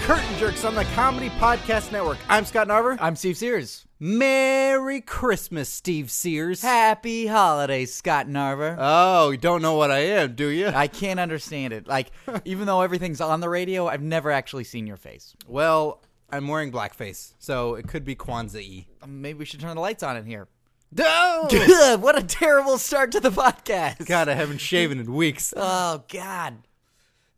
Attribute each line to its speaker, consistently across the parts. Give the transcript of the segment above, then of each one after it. Speaker 1: Curtain Jerks on the Comedy Podcast Network. I'm Scott Narver.
Speaker 2: I'm Steve Sears.
Speaker 1: Merry Christmas, Steve Sears.
Speaker 2: Happy holidays, Scott Narver.
Speaker 1: Oh, you don't know what I am, do you?
Speaker 2: I can't understand it. Like, even though everything's on the radio, I've never actually seen your face.
Speaker 1: well, I'm wearing blackface, so it could be Kwanzaa-y.
Speaker 2: Um, Maybe we should turn the lights on in here.
Speaker 1: No!
Speaker 2: Ugh, what a terrible start to the podcast.
Speaker 1: God, I haven't shaven in weeks.
Speaker 2: Oh, God.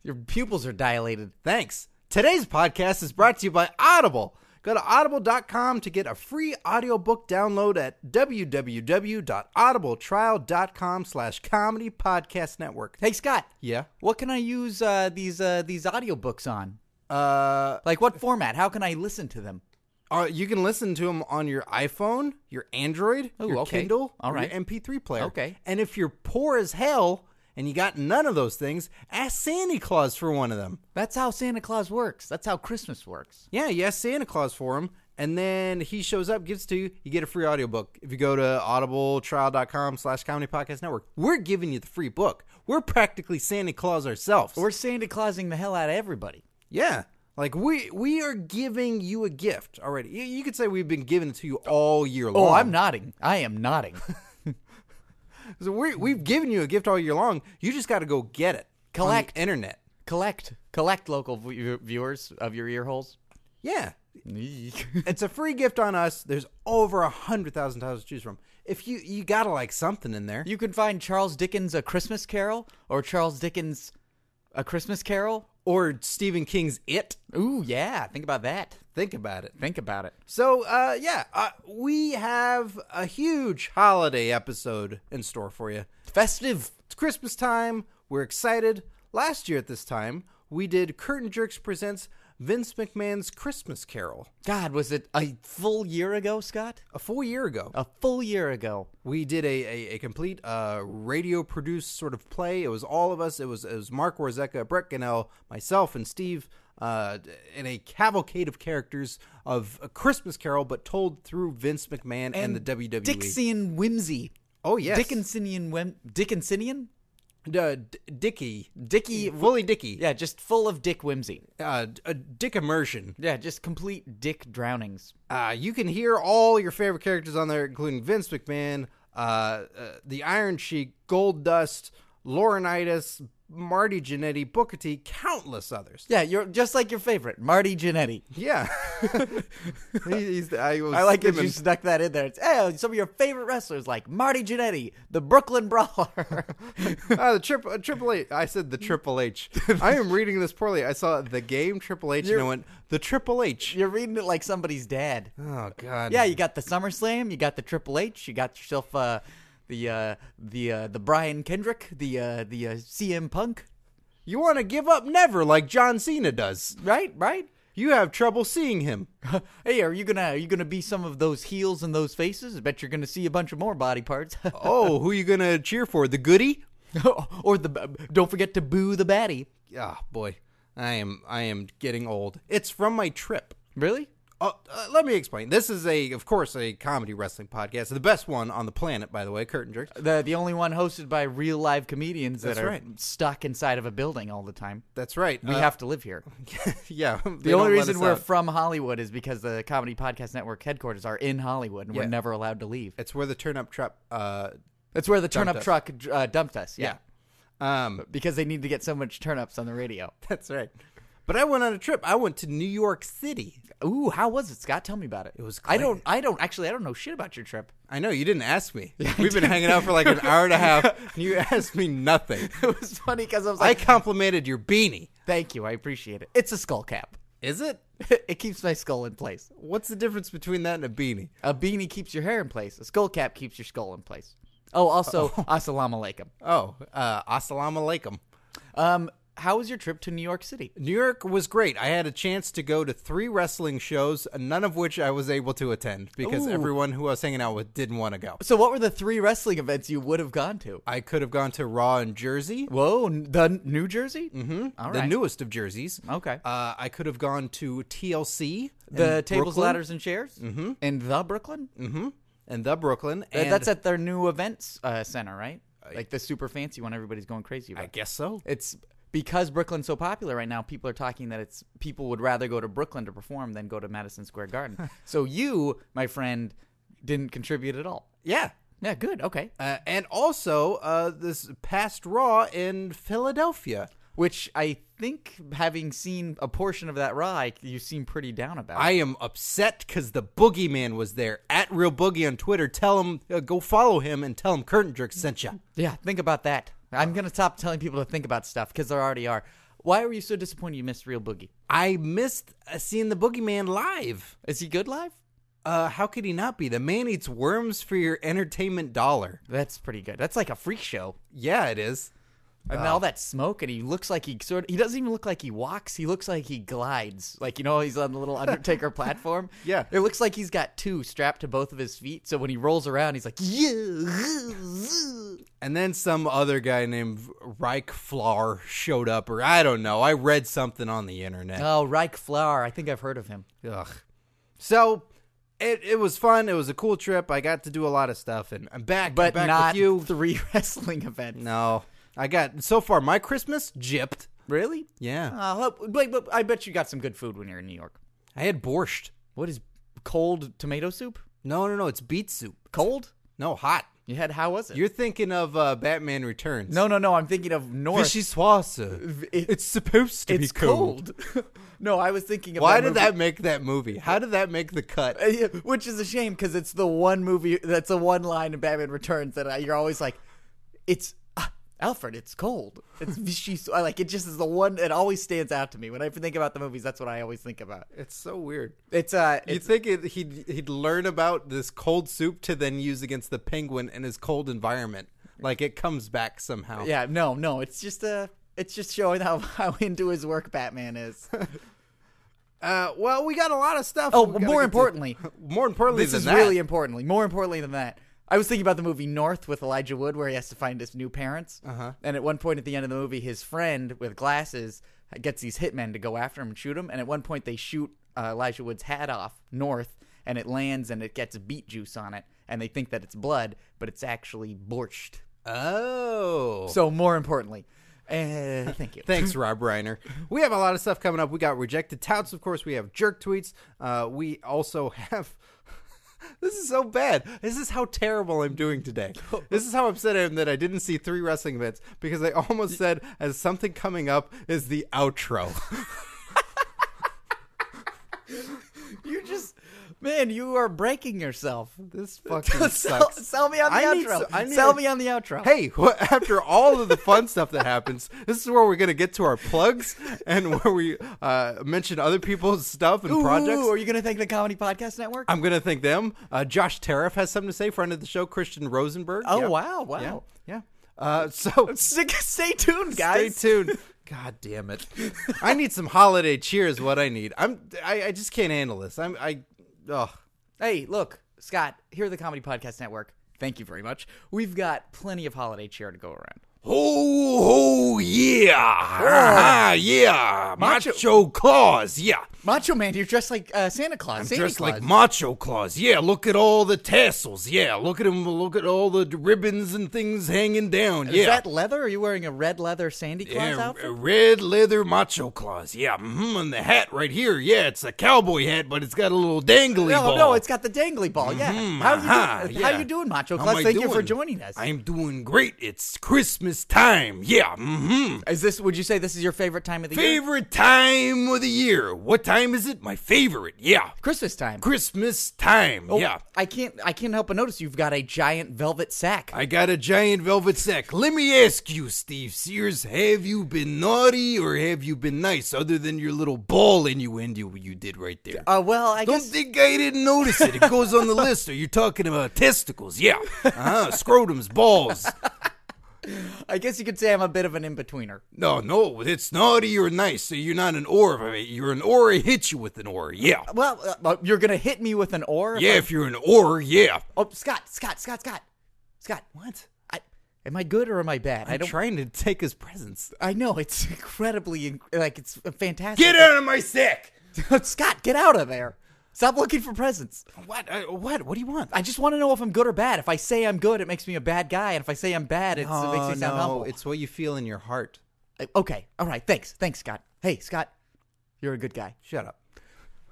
Speaker 2: Your pupils are dilated.
Speaker 1: Thanks. Today's podcast is brought to you by Audible. Go to audible.com to get a free audiobook download at www.audibletrial.com slash comedy podcast network.
Speaker 2: Hey, Scott.
Speaker 1: Yeah.
Speaker 2: What can I use uh, these uh, these audiobooks on?
Speaker 1: Uh,
Speaker 2: Like, what format? How can I listen to them?
Speaker 1: uh, you can listen to them on your iPhone, your Android,
Speaker 2: Ooh,
Speaker 1: your
Speaker 2: okay.
Speaker 1: Kindle,
Speaker 2: All
Speaker 1: or
Speaker 2: right.
Speaker 1: your MP3 player.
Speaker 2: Okay.
Speaker 1: And if you're poor as hell and you got none of those things, ask Santa Claus for one of them.
Speaker 2: That's how Santa Claus works. That's how Christmas works.
Speaker 1: Yeah, you ask Santa Claus for him, and then he shows up, gives it to you. You get a free audiobook. If you go to audibletrial.com slash comedy podcast network, we're giving you the free book. We're practically Santa Claus ourselves.
Speaker 2: We're Santa Clausing the hell out of everybody.
Speaker 1: yeah. Like we we are giving you a gift already. You, you could say we've been giving it to you all year long.
Speaker 2: Oh, I'm nodding. I am nodding.
Speaker 1: So we we've given you a gift all year long. You just got to go get it. on
Speaker 2: Collect.
Speaker 1: the internet.
Speaker 2: collect, collect local v- viewers of your ear holes.
Speaker 1: Yeah, it's a free gift on us. There's over a hundred thousand titles to choose from. If you you gotta like something in there.
Speaker 2: you can find Charles Dickens' A Christmas Carol or Charles Dickens' A Christmas Carol.
Speaker 1: or Stephen King's It.
Speaker 2: Ooh, yeah. Think about that.
Speaker 1: Think about it.
Speaker 2: Think about it.
Speaker 1: So, uh, yeah, uh, we have a huge holiday episode in store for you.
Speaker 2: Festive.
Speaker 1: It's Christmas time. We're excited. Last year at this time, we did Curtain Jerks Presents Vince McMahon's Christmas Carol.
Speaker 2: God, was it a full year ago, Scott?
Speaker 1: A full year ago,
Speaker 2: A full year ago.
Speaker 1: we did a, a, a complete uh, radio produced sort of play. It was all of us. It was, it was Mark Warzeka, Brett Gannell, myself, and Steve uh, in a cavalcade of characters of a Christmas Carol, but told through Vince McMahon and, the WWE.
Speaker 2: Dixian whimsy.
Speaker 1: Oh E. yes,
Speaker 2: Dickinsonian whim- Dickinsonian?
Speaker 1: uh, D- Dicky,
Speaker 2: Dicky.
Speaker 1: Wooly Dicky,
Speaker 2: Yeah, just full of dick whimsy.
Speaker 1: uh, d- uh, Dick immersion.
Speaker 2: Yeah, just complete dick drownings.
Speaker 1: Uh, you can hear all your favorite characters on there, including Vince McMahon, uh, uh, the Iron Sheik, Gold Dust, Laurinaitis, Marty Jannetty, Booker T, countless others.
Speaker 2: Yeah, you're just like your favorite, Marty Jannetty.
Speaker 1: Yeah, He- he's, I, was
Speaker 2: I like it.
Speaker 1: skimming.
Speaker 2: You snuck that in there. It's hey, some of your favorite wrestlers like Marty Jannetty, the Brooklyn Brawler.
Speaker 1: Ah, the triple, uh, Triple H. I said the Triple H. I am reading this poorly. I saw the game Triple H, and I went the Triple H.
Speaker 2: You're reading it like somebody's dad.
Speaker 1: Oh God.
Speaker 2: Yeah, you got the SummerSlam, you got the Triple H, you got yourself uh, the uh, the uh, the Brian Kendrick, the uh, the uh, CM Punk.
Speaker 1: You want to give up never like John Cena does.
Speaker 2: Right, right.
Speaker 1: You have trouble seeing him.
Speaker 2: hey, are you gonna are you gonna be some of those heels and those faces? I bet you're gonna see a bunch of more body parts.
Speaker 1: Oh, who you going to cheer for? The goody?
Speaker 2: or the don't forget to boo the baddie.
Speaker 1: Ah, boy. I am I am getting old. It's from my trip.
Speaker 2: Really?
Speaker 1: Oh, uh, let me explain. This is a of course a comedy wrestling podcast. The best one on the planet, by the way, Curtain Jerks.
Speaker 2: The the only one hosted by real live comedians that
Speaker 1: That's
Speaker 2: are
Speaker 1: right. Uh,
Speaker 2: stuck inside of a building all the time.
Speaker 1: That's right. Um,
Speaker 2: We have to live here.
Speaker 1: yeah.
Speaker 2: The only reason we're from Hollywood is because the Comedy Podcast Network headquarters are in Hollywood and
Speaker 1: Yeah.
Speaker 2: we're never allowed to leave.
Speaker 1: It's where the turn up trap uh
Speaker 2: That's where the turnip
Speaker 1: us.
Speaker 2: truck uh, dumped us. Yeah.
Speaker 1: yeah. Um
Speaker 2: Because they need to get so much turnips on the radio.
Speaker 1: that's right. But I went on a trip. I went to New York City.
Speaker 2: Ooh, how was it, Scott? Tell me about it. It
Speaker 1: was
Speaker 2: I don't. I don't actually. I don't know shit about your trip.
Speaker 1: I know you didn't ask me. We've been hanging out for like an hour and a half and you asked me nothing.
Speaker 2: It was funny because I was
Speaker 1: I
Speaker 2: like,
Speaker 1: complimented your beanie.
Speaker 2: "Thank you, I appreciate it." It's a skull cap.
Speaker 1: Is it?
Speaker 2: it keeps my skull in place.
Speaker 1: What's the difference between that and a beanie?
Speaker 2: A beanie keeps your hair in place. A skull cap keeps your skull in place. Oh, also, assalamu alaikum.
Speaker 1: Oh, uh, assalamu alaikum.
Speaker 2: Um, how was your trip to New York City?
Speaker 1: New York was great. I had a chance to go to three wrestling shows, none of which I was able to attend because
Speaker 2: Ooh.
Speaker 1: everyone who I was hanging out with didn't want to go.
Speaker 2: So, what were the three wrestling events you would have gone to?
Speaker 1: I could have gone to Raw in Jersey,
Speaker 2: Whoa, n- the n- New Jersey? Mm-hmm. All
Speaker 1: the
Speaker 2: right.
Speaker 1: newest of jerseys.
Speaker 2: Okay.
Speaker 1: Uh, I could have gone to TLC,
Speaker 2: the
Speaker 1: in
Speaker 2: tables,
Speaker 1: Brooklyn,
Speaker 2: ladders, and chairs mm-hmm. in the Brooklyn.
Speaker 1: and the Brooklyn.
Speaker 2: Th-
Speaker 1: And
Speaker 2: That's at
Speaker 1: Uh,
Speaker 2: their new events uh, center, right? Like the super fancy one everybody's going crazy about.
Speaker 1: I guess so.
Speaker 2: it's because Brooklyn's so popular right now, people are talking that it's people would rather go to Brooklyn to perform than go to Madison Square Garden. so you, my friend, didn't contribute at all.
Speaker 1: Yeah.
Speaker 2: Yeah, good. Okay.
Speaker 1: Uh, and also uh, this past Raw in Philadelphia.
Speaker 2: Which I think, having seen a portion of that raw, I- you seem pretty down about.
Speaker 1: I am upset because the boogeyman was there at Real Boogie on Twitter. Tell him, uh, go follow him and tell him Curtain Jerk sent you.
Speaker 2: yeah, think about that. I'm gonna stop telling people to think about stuff because there already are. Why were you so disappointed you missed Real Boogie?
Speaker 1: I missed uh, seeing the boogeyman live.
Speaker 2: Is he good live?
Speaker 1: Uh, how could he not be? The man eats worms for your entertainment dollar.
Speaker 2: That's pretty good. That's like a freak show.
Speaker 1: Yeah, it is.
Speaker 2: And all that smoke, and he looks like he sort of, he doesn't even look like he walks. He looks like he glides. Like, you know, he's on the little Undertaker platform.
Speaker 1: Yeah.
Speaker 2: It looks like he's got two strapped to both of his feet. So when he rolls around, he's like, yeah.
Speaker 1: And then some other guy named Reich Flar showed up, or I don't know. I read something on the internet.
Speaker 2: Oh, Reich Flower. I think I've heard of him.
Speaker 1: Ugh. So it it was fun. It was a cool trip. I got to do a lot of stuff, and I'm back.
Speaker 2: But
Speaker 1: back
Speaker 2: not
Speaker 1: with you.
Speaker 2: three wrestling events.
Speaker 1: No, I got so far my Christmas gypped.
Speaker 2: Really?
Speaker 1: Yeah,
Speaker 2: Uh, hope- wait, but I bet you got some good food when you're in New York.
Speaker 1: I had borscht.
Speaker 2: What is cold tomato soup?
Speaker 1: No, no, no. It's beet soup.
Speaker 2: Cold?
Speaker 1: No, hot.
Speaker 2: You had, how was it?
Speaker 1: You're thinking of uh, Batman Returns.
Speaker 2: no, no, no. I'm thinking of North.
Speaker 1: fishy swasa.
Speaker 2: It-
Speaker 1: it's supposed to be
Speaker 2: it's cold. no, I was thinking of
Speaker 1: Why
Speaker 2: that
Speaker 1: did
Speaker 2: movie-
Speaker 1: that make that movie? How did that make the cut?
Speaker 2: Uh, yeah, which is a shame because it's the one movie that's the one line in Batman Returns that I, you're always like, it's ah, Alfred, it's cold. It's she's I like it just is the one it always stands out to me when I think about the movies. That's what I always think about.
Speaker 1: It's so weird.
Speaker 2: It's uh,
Speaker 1: You'd
Speaker 2: it's,
Speaker 1: think it, he'd he'd learn about this cold soup to then use against the penguin in his cold environment. Like it comes back somehow.
Speaker 2: yeah, no, no, it's just uh, it's just showing how how into his work Batman is.
Speaker 1: Uh, well, we got a lot of stuff.
Speaker 2: Oh,
Speaker 1: we gotta get
Speaker 2: more
Speaker 1: to-
Speaker 2: importantly,
Speaker 1: more importantly,
Speaker 2: this
Speaker 1: than
Speaker 2: is
Speaker 1: that,
Speaker 2: really importantly, more importantly than that. I was thinking about the movie North with Elijah Wood, where he has to find his new parents. Uh-huh. And at one point at the end of the movie, his friend with glasses gets these hitmen to go after him and shoot him. And at one point, they shoot uh, Elijah Wood's hat off North, and it lands and it gets beet juice on it, and they think that it's blood, but it's actually borscht.
Speaker 1: Oh,
Speaker 2: So more importantly, uh, thank you.
Speaker 1: Thanks, Rob Reiner. We have a lot of stuff coming up. We got rejected touts, of course. We have jerk tweets. Uh, we also have. this is so bad. This is how terrible I'm doing today. This is how upset I am that I didn't see three wrestling events because I almost said as something coming up is the outro.
Speaker 2: you just, man, you are breaking yourself.
Speaker 1: this fucking
Speaker 2: sell,
Speaker 1: sucks.
Speaker 2: sell me on the
Speaker 1: I need
Speaker 2: outro.
Speaker 1: so- I need
Speaker 2: sell
Speaker 1: a-
Speaker 2: me on the outro.
Speaker 1: Hey, wha- after all of the fun stuff that happens, this is where we're going to get to our plugs and where we uh, mention other people's stuff and
Speaker 2: Ooh,
Speaker 1: projects.
Speaker 2: Are you going to thank the Comedy Podcast Network?
Speaker 1: I'm going to thank them. Uh, Josh Tariff has something to say, friend of the show, Christian Rosenberg.
Speaker 2: oh
Speaker 1: Yeah.
Speaker 2: wow, wow.
Speaker 1: Yeah. Yeah. Uh, so
Speaker 2: Stick, stay tuned,
Speaker 1: stay
Speaker 2: guys.
Speaker 1: tuned. God damn it. I need some holiday cheer is what I need. I'm I, I just can't handle this. I'm I oh
Speaker 2: Hey, look, Scott. Here at the Comedy Podcast Network. Thank you very much. We've got plenty of holiday cheer to go around.
Speaker 1: Oh, oh yeah. Ah, yeah.
Speaker 2: Macho-
Speaker 1: Claus. Yeah.
Speaker 2: Macho Man, you're dressed like uh, Santa Claus. Santa
Speaker 1: Just
Speaker 2: Claus.
Speaker 1: like Macho Claus. Yeah, look at all the tassels. Yeah, look at him. Look at all the ribbons and things hanging down.
Speaker 2: Is
Speaker 1: yeah.
Speaker 2: that leather? Are you wearing a red leather Sandy Claus
Speaker 1: Yeah,
Speaker 2: outfit?
Speaker 1: a red leather macho claws. Yeah, mm and the hat right here. Yeah, it's a cowboy hat, but it's got a little dangly
Speaker 2: no,
Speaker 1: ball.
Speaker 2: no, it's got the dangly ball. Yeah. how you
Speaker 1: aha,
Speaker 2: doing?
Speaker 1: yeah.
Speaker 2: How you doing, Macho
Speaker 1: How
Speaker 2: Claus?
Speaker 1: am I
Speaker 2: Thank you for
Speaker 1: doing?
Speaker 2: joining us.
Speaker 1: I'm doing great. It's Christmas time. Yeah, mm-hmm.
Speaker 2: Is this? Would you say this is your favorite time of the year?
Speaker 1: Favorite time of the year. What time is it? My favorite. Yeah,
Speaker 2: Christmas time.
Speaker 1: Christmas time.
Speaker 2: Oh,
Speaker 1: Yeah.
Speaker 2: I can't. I can't help but notice you've got a giant velvet sack.
Speaker 1: I got a giant velvet sack. Let me ask you, Steve Sears, have you been naughty or have you been nice? Other than your little ball innuendo you did right there.
Speaker 2: Uh, well, I
Speaker 1: Don't
Speaker 2: guess
Speaker 1: think I didn't notice it. It goes on the list. Are you talking about testicles? Yeah. Uh-huh. Scrotums, balls.
Speaker 2: I guess you could say I'm a bit of an in betweener.
Speaker 1: No, no, it's naughty or nice. So you're not an or. I mean, you're an or. I hit you with an or. Yeah.
Speaker 2: Well, uh, uh, you're gonna hit me with an or. if
Speaker 1: Yeah,
Speaker 2: I-
Speaker 1: if you're an or, yeah.
Speaker 2: oh, Scott, Scott, Scott, Scott, Scott.
Speaker 1: What?
Speaker 2: I, am I good or am I bad? I'm I do not
Speaker 1: trying to take his presents.
Speaker 2: I know it's incredibly inc- like it's fantastic.
Speaker 1: Get out of my sack!
Speaker 2: out, Scott. Get out of there. Stop looking for presents.
Speaker 1: What? Uh, what? What do you want?
Speaker 2: I just want to know if I'm good or bad. If I
Speaker 1: Oh,
Speaker 2: say I'm good, it makes me a bad guy, and if I say I'm bad, it's, it makes me sound humble.
Speaker 1: It's what you feel in your heart.
Speaker 2: Like, okay, all right, thanks, thanks, Scott. Hey, Scott, you're a good guy.
Speaker 1: Shut up.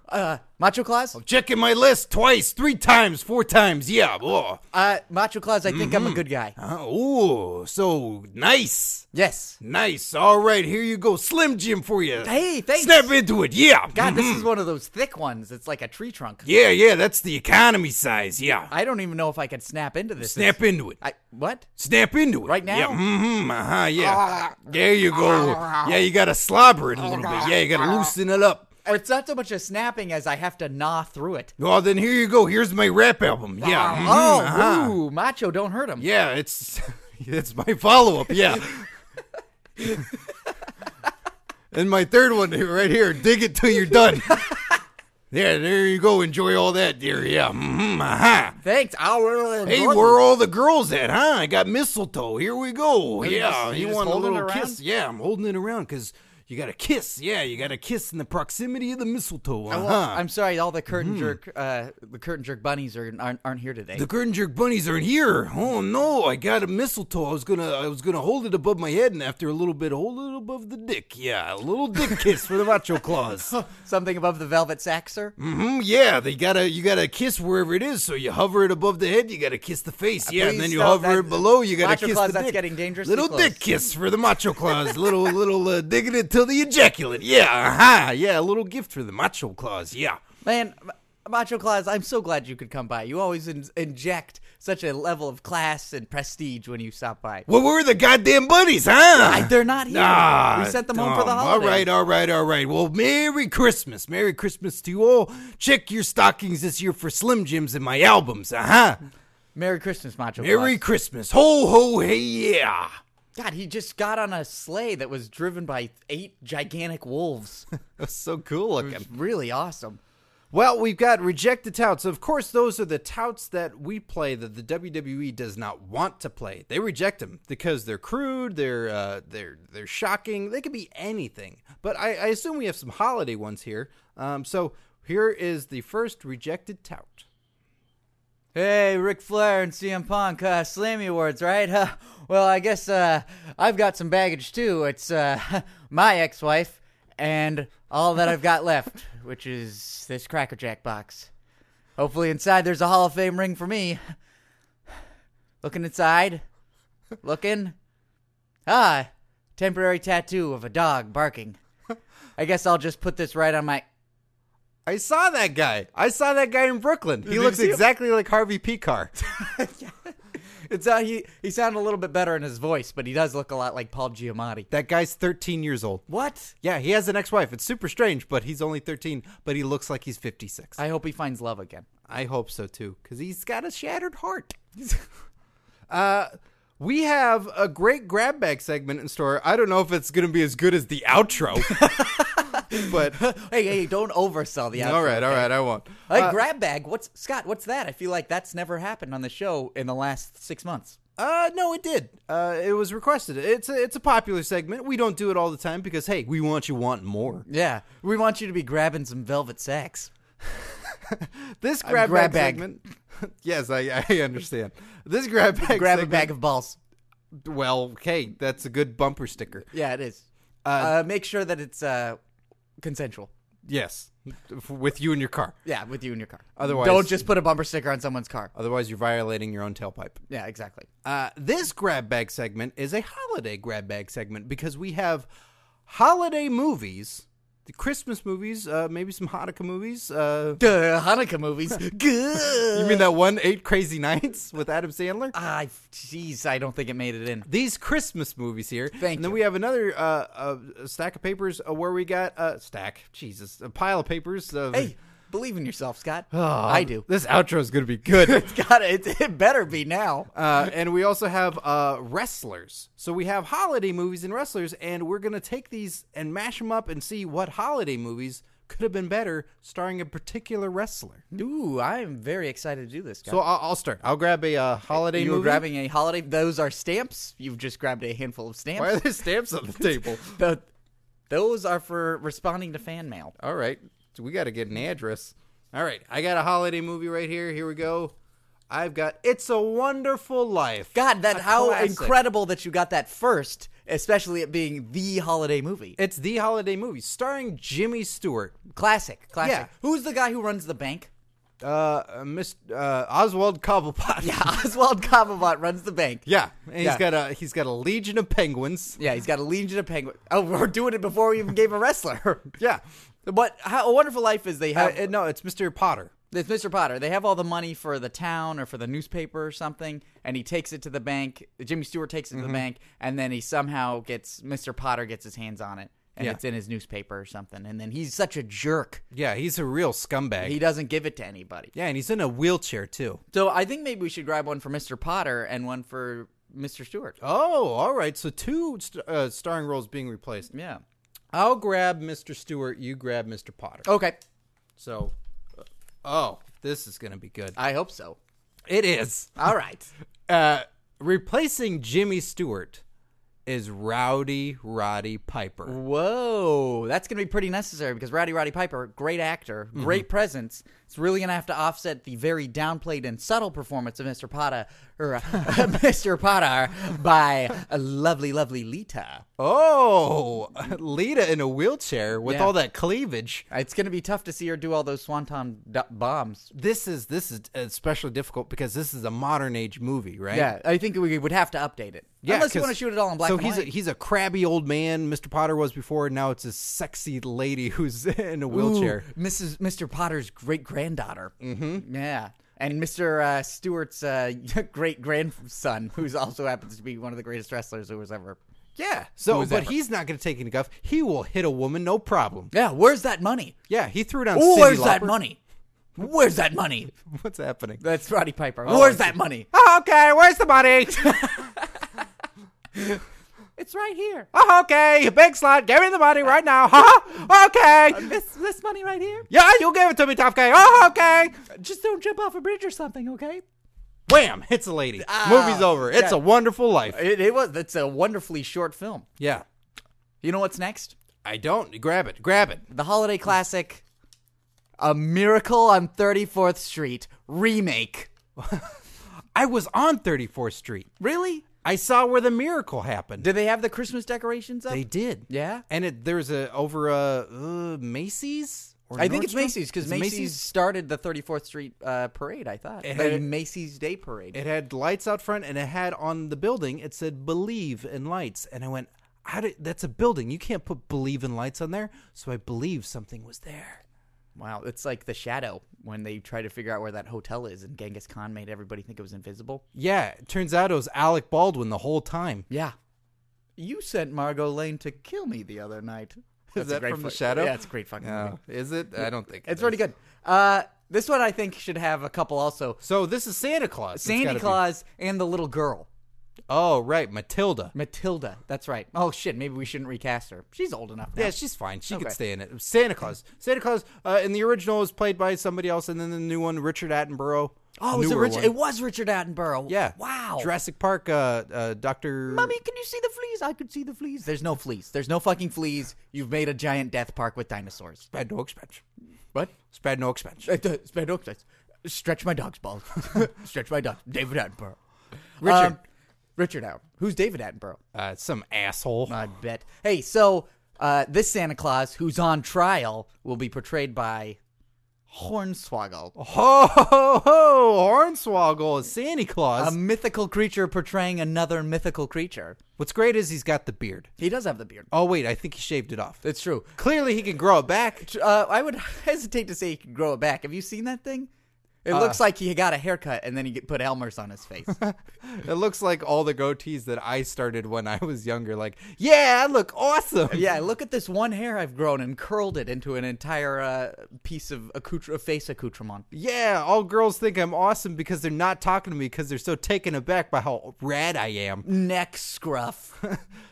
Speaker 2: Uh, Macho Claus.
Speaker 1: Checking my list twice, three times, four times. Yeah. Oh.
Speaker 2: Uh, Macho Claus. I think I'm a good guy.
Speaker 1: Uh, ooh, so nice.
Speaker 2: Yes.
Speaker 1: Nice. All right, here you go. Slim Jim for you.
Speaker 2: Hey, thanks.
Speaker 1: Snap into it. Yeah. Mm-hmm.
Speaker 2: God, this is one of those thick ones. It's like a tree trunk.
Speaker 1: Yeah, yeah, that's the economy size. Yeah.
Speaker 2: I don't even know if I could snap into this.
Speaker 1: Snap into it.
Speaker 2: I what?
Speaker 1: Snap into it.
Speaker 2: Right now?
Speaker 1: Yeah.
Speaker 2: Ah.
Speaker 1: Mm-hmm. Uh-huh. Yeah. There you go. Yeah, you gotta slobber it a little bit. Yeah, you gotta loosen it up.
Speaker 2: It's not so much a snapping as I have to gnaw through it.
Speaker 1: Well, then here you go. Here's my rap album. Yeah. mhm,
Speaker 2: Oh,
Speaker 1: uh-huh.
Speaker 2: ooh, Macho, don't hurt him.
Speaker 1: Yeah, it's it's my follow up. Yeah. and my third one here- right here. Dig it till you're done. yeah, there you go. Enjoy all that, dear. Yeah. Mm-hmm. Aha.
Speaker 2: Thanks. I'll
Speaker 1: Hey, where are all the girls at, huh? I got mistletoe. Here we go.
Speaker 2: you
Speaker 1: yeah,
Speaker 2: just-
Speaker 1: you,
Speaker 2: you just
Speaker 1: want a
Speaker 2: holding
Speaker 1: little
Speaker 2: it around?
Speaker 1: kiss? Yeah, I'm holding it around because you got to kiss. Yeah, you got to kiss in the proximity of the mistletoe. Uh-huh. Mm.
Speaker 2: Well, I'm sorry, all the curtain jerk, uh, the curtain jerk bunnies are aren't, aren't here today.
Speaker 1: the curtain jerk bunnies aren't here. Oh no, I got a mistletoe. I was gonna, I was gonna hold it above my head, and after a little bit, hold it above the dick. Yeah, a little dick kiss for the macho claws.
Speaker 2: Something above the velvet sack, sir.
Speaker 1: hmm yeah, they gotta, you gotta kiss wherever it is. So you hover it above the head, you gotta kiss the face. Yeah,
Speaker 2: please
Speaker 1: and then you
Speaker 2: stop
Speaker 1: hover
Speaker 2: that.
Speaker 1: it below, you gotta
Speaker 2: Macho
Speaker 1: kiss
Speaker 2: Claus,
Speaker 1: the
Speaker 2: that's
Speaker 1: dick.
Speaker 2: getting dangerously
Speaker 1: Little
Speaker 2: close.
Speaker 1: dick kiss for the macho claws. little, little uh, digging it till the ejaculate. Yeah, aha, yeah, a little gift for the macho claws. Yeah.
Speaker 2: Man, M- Macho Claus, I'm so glad you could come by. You always in- inject such a level of class and prestige when you stop by.
Speaker 1: Well, where are the goddamn buddies, huh?
Speaker 2: I- they're not here.
Speaker 1: Nah,
Speaker 2: we sent them home for the
Speaker 1: dumb.
Speaker 2: holidays.
Speaker 1: All right, all right, all right. Well, Merry Christmas. Merry Christmas to you all. Check your stockings this year for Slim Jims and my albums. Uh huh.
Speaker 2: Merry Christmas, Macho
Speaker 1: Merry Christmas. Ho, ho, hey, yeah.
Speaker 2: Claus. God, he just got on a sleigh that was driven by eight gigantic wolves.
Speaker 1: That's so cool looking.
Speaker 2: really awesome.
Speaker 1: Well, we've got rejected touts. Of course, those are the touts that we play that the WWE does not want to play. They reject them because they're crude, they're uh, they're they're shocking. They could be anything. But I, I assume we have some holiday ones here. Um, so here is the first rejected tout.
Speaker 2: Hey, Ric Flair and CM Punk, uh, Slammy Awards, right? Huh. Well, I guess uh, I've got some baggage too. It's uh, my ex wife and all that I've got left, which is this Cracker Jack box. Hopefully, inside there's a Hall of Fame ring for me. Looking inside, looking. Ah, temporary tattoo of a dog barking. I guess I'll just put this right on my.
Speaker 1: I saw that guy. I saw that guy in Brooklyn. He
Speaker 2: you
Speaker 1: looks
Speaker 2: see him?
Speaker 1: exactly like Harvey Picar.
Speaker 2: It's uh, he he sounded a little bit better in his voice, but he does look a lot like Paul Giamatti.
Speaker 1: that guy's 13 years old.
Speaker 2: What?
Speaker 1: Yeah, he has an ex-wife. It's super strange, but he's only 13, but he looks like he's 56.
Speaker 2: I hope he finds love again.
Speaker 1: I hope so too, because he's got a shattered heart. uh, we have a great grab bag segment in store. I don't know if it's going to be as good as the outro, but
Speaker 2: Hey, hey, don't oversell the outro.
Speaker 1: all right, all
Speaker 2: okay?
Speaker 1: right, I won't.
Speaker 2: Hey,
Speaker 1: Uh,
Speaker 2: grab bag. What's Scott? What's that? I feel like that's never happened on the show in the last six months.
Speaker 1: Uh, no, it did. Uh, it was requested. It's a, it's a popular segment. We don't do it all the time because hey, we want you want more.
Speaker 2: Yeah, we want you to be grabbing some velvet sacks.
Speaker 1: This grab,
Speaker 2: grab
Speaker 1: bag,
Speaker 2: bag.
Speaker 1: segment. yes, I, I understand. This grab bag.
Speaker 2: Grab a
Speaker 1: segment-
Speaker 2: bag of balls.
Speaker 1: Well, hey, that's a good bumper sticker.
Speaker 2: Yeah, it is. Uh, make sure that it's uh, consensual.
Speaker 1: Yes, with you in your car.
Speaker 2: Yeah, with you in your car.
Speaker 1: Otherwise-
Speaker 2: don't just put a bumper sticker on someone's car.
Speaker 1: Otherwise, you're violating your own tailpipe.
Speaker 2: Yeah, exactly.
Speaker 1: Uh, this grab bag segment is a holiday grab bag segment because we have holiday movies, the Christmas movies, uh, maybe some Hanukkah movies. Uh,
Speaker 2: Duh, Hanukkah movies. Good.
Speaker 1: you mean that one Eight Crazy Nights with Adam Sandler?
Speaker 2: Ah, jeez, I don't think it made it in.
Speaker 1: These Christmas movies here.
Speaker 2: Thank
Speaker 1: and then
Speaker 2: you.
Speaker 1: we have another uh, uh, stack of papers uh, where we got uh, stack. Jesus, a pile of papers. Of,
Speaker 2: Hey, believe in yourself, Scott.
Speaker 1: Oh,
Speaker 2: I do.
Speaker 1: This outro is going to be good.
Speaker 2: God, it, it better be now.
Speaker 1: Uh, and we also have uh, wrestlers. So we have holiday movies and wrestlers, and we're going to take these and mash them up and see what holiday movies could have been better starring a particular wrestler.
Speaker 2: Ooh, I am very excited to do this. Guy.
Speaker 1: So I'll, I'll start. I'll grab a uh, holiday
Speaker 2: you were
Speaker 1: movie.
Speaker 2: grabbing a holiday. Those are stamps. You've just grabbed a handful of stamps.
Speaker 1: Why are there stamps on the table?
Speaker 2: Th- those are for responding to fan mail.
Speaker 1: All right. So we got to get an address. All right. I got a holiday movie right here. Here we go. I've got It's a Wonderful Life.
Speaker 2: God, that
Speaker 1: A
Speaker 2: how
Speaker 1: classic.
Speaker 2: incredible that you got that first, especially it being the holiday movie.
Speaker 1: It's the holiday movie starring Jimmy Stewart,
Speaker 2: Classic, classic.
Speaker 1: Yeah.
Speaker 2: Who's the guy who runs the bank?
Speaker 1: uh, uh, Miss uh, Oswald Cobblepot.
Speaker 2: Yeah, Oswald Cobblepot runs the bank.
Speaker 1: yeah. And he's
Speaker 2: Yeah.
Speaker 1: got a he's got a legion of penguins.
Speaker 2: Yeah, he's got a legion of penguins. Oh, we're doing it before we even gave a wrestler.
Speaker 1: Yeah,
Speaker 2: What? How a wonderful life is they
Speaker 1: Uh,
Speaker 2: have.
Speaker 1: uh, no, it's Mister Potter.
Speaker 2: It's Mr. Potter. They have all the money for the town or for the newspaper or something, and he takes it to the bank. Jimmy Stewart takes it to the bank, and then he somehow gets Mr. Potter gets his hands on it, and
Speaker 1: Yeah.
Speaker 2: it's in his newspaper or something. And then he's such a jerk,
Speaker 1: Yeah, he's a real scumbag.
Speaker 2: he doesn't give it to anybody.
Speaker 1: yeah, and he's in a wheelchair too.
Speaker 2: So I think maybe we should grab one for Mr. Potter and one for Mr. Stewart.
Speaker 1: Oh, all right. So two st- uh, starring roles being replaced.
Speaker 2: Yeah.
Speaker 1: I'll grab Mr. Stewart. You grab Mr. Potter.
Speaker 2: Okay.
Speaker 1: So, uh, oh, this is gonna be good.
Speaker 2: I hope so.
Speaker 1: It is.
Speaker 2: All right.
Speaker 1: Uh, replacing Jimmy Stewart is Rowdy Roddy Piper.
Speaker 2: Whoa, that's going to be pretty necessary because Rowdy Roddy Piper, great actor,
Speaker 1: Mm-hmm.
Speaker 2: great presence, is really going to have to offset the very downplayed and subtle performance of Mr. Potter, or, uh, Mr. Potter by a lovely, lovely Lita.
Speaker 1: Oh, Lita in a wheelchair with
Speaker 2: Yeah.
Speaker 1: all that cleavage.
Speaker 2: It's going to be tough to see her do all those swanton d- bombs.
Speaker 1: This is this is especially difficult because this is a modern age movie, right?
Speaker 2: Yeah, I think we would have to update it.
Speaker 1: Yeah,
Speaker 2: Unless you
Speaker 1: 'cause-
Speaker 2: want to shoot it all in black
Speaker 1: so
Speaker 2: and
Speaker 1: he's
Speaker 2: white.
Speaker 1: A, he's a crabby old man. Mr. Potter was before, and now it's a sexy lady who's in a
Speaker 2: Ooh,
Speaker 1: wheelchair.
Speaker 2: Mrs. Mr. Potter's great granddaughter. Mm-hmm. Yeah. And Mr. Uh, Stewart's uh, great grandson, who also happens to be one of the greatest wrestlers who was ever.
Speaker 1: Yeah. So,
Speaker 2: Who's
Speaker 1: but
Speaker 2: ever.
Speaker 1: he's not going to take any guff. He will hit a woman, no problem.
Speaker 2: Yeah, where's that money?
Speaker 1: Yeah, he threw down.
Speaker 2: Ooh,
Speaker 1: Cyndi
Speaker 2: where's that
Speaker 1: Lauper.
Speaker 2: money? Where's that money?
Speaker 1: What's happening?
Speaker 2: That's Roddy Piper. where's that money?
Speaker 1: Oh, okay, where's the money?
Speaker 2: It's right here.
Speaker 1: oh, okay, big slut, give me the money right now, huh? Okay.
Speaker 2: This this money right here.
Speaker 1: Yeah, you give it to me, Top K. Oh, okay.
Speaker 2: Just don't jump off a bridge or something, okay?
Speaker 1: Wham! Hits a lady. Movie's over. It's
Speaker 2: Ah, yeah.
Speaker 1: a wonderful life.
Speaker 2: It, it was. That's a wonderfully short film.
Speaker 1: Yeah.
Speaker 2: You know what's next?
Speaker 1: I don't. Grab it. Grab it.
Speaker 2: The holiday classic, A Miracle on 34th Street remake.
Speaker 1: I was on 34th Street.
Speaker 2: Really?
Speaker 1: I saw where the miracle happened.
Speaker 2: Did they have the Christmas decorations up?
Speaker 1: they did.
Speaker 2: Yeah?
Speaker 1: And it, there was a over uh, uh Macy's. Or
Speaker 2: I think it's
Speaker 1: Nordstrom?
Speaker 2: Macy's because
Speaker 1: Is it
Speaker 2: Macy's, started the 34th Street uh, parade. I thought
Speaker 1: It
Speaker 2: the
Speaker 1: had-
Speaker 2: Macy's Day Parade.
Speaker 1: It had lights out front, and it had on the building. It said "Believe in Lights," and I went, "How did? That's a building. You can't put "Believe in Lights" on there." So I believe something was there.
Speaker 2: wow, it's like the shadow when they try to figure out where that hotel is, and Genghis Khan made everybody think it was invisible.
Speaker 1: Yeah, it turns out it was Alec Baldwin the whole time.
Speaker 2: Yeah, you sent Margot Lane to kill me the other night. That's a
Speaker 1: that
Speaker 2: great
Speaker 1: from The
Speaker 2: fu-
Speaker 1: Shadow?
Speaker 2: Yeah, it's a great fucking movie.
Speaker 1: is it? I don't think
Speaker 2: It's pretty good. Uh, this one I think should have a couple also.
Speaker 1: So this is Santa Claus. It's gotta
Speaker 2: Santa
Speaker 1: be-
Speaker 2: Claus and the little girl
Speaker 1: Oh right, Matilda.
Speaker 2: Matilda. That's right. Oh shit, maybe we shouldn't recast her. She's old enough now.
Speaker 1: Yeah, she's fine. She could
Speaker 2: Okay.
Speaker 1: stay in it. Santa Claus. Santa Claus uh, in the original was played by somebody else, and then the new one, Richard Attenborough.
Speaker 2: Oh, it was,
Speaker 1: Newer
Speaker 2: Rich-
Speaker 1: one.
Speaker 2: it was Richard Attenborough.
Speaker 1: Yeah.
Speaker 2: Wow.
Speaker 1: Jurassic Park. Uh, uh, Doctor.
Speaker 2: Mommy, can you see the fleas? I could see the fleas. There's no fleas. There's no fucking fleas. You've made a giant death park with dinosaurs.
Speaker 1: Spared no expense.
Speaker 2: What?
Speaker 1: Spared no expense.
Speaker 2: Stretch my dog's balls. Stretch my dog. David Attenborough.
Speaker 1: Richard.
Speaker 2: Um, Richard Attenborough. Who's David Attenborough?
Speaker 1: Uh, some asshole.
Speaker 2: I bet. Hey, so uh, this Santa Claus, who's on trial, will be portrayed by Hornswoggle.
Speaker 1: Ho ho ho! Hornswoggle is Santa Claus.
Speaker 2: A mythical creature portraying another mythical creature.
Speaker 1: What's great is he's got the beard.
Speaker 2: He does have the beard.
Speaker 1: Oh wait, I think he shaved it off.
Speaker 2: It's true.
Speaker 1: Clearly, he can grow it back.
Speaker 2: uh, I would hesitate to say he can grow it back. Have you seen that thing? It looks
Speaker 1: Uh.
Speaker 2: like he got a haircut and then he get- put Elmer's on his face.
Speaker 1: It looks like all the goatees that I started when I was younger. Like, yeah, I look awesome.
Speaker 2: yeah, look at this one hair I've grown and curled it into an entire uh, piece of accoutre- face accoutrement.
Speaker 1: Yeah, all girls think I'm awesome because they're not talking to me because they're so taken aback by how rad I am.
Speaker 2: Neck scruff.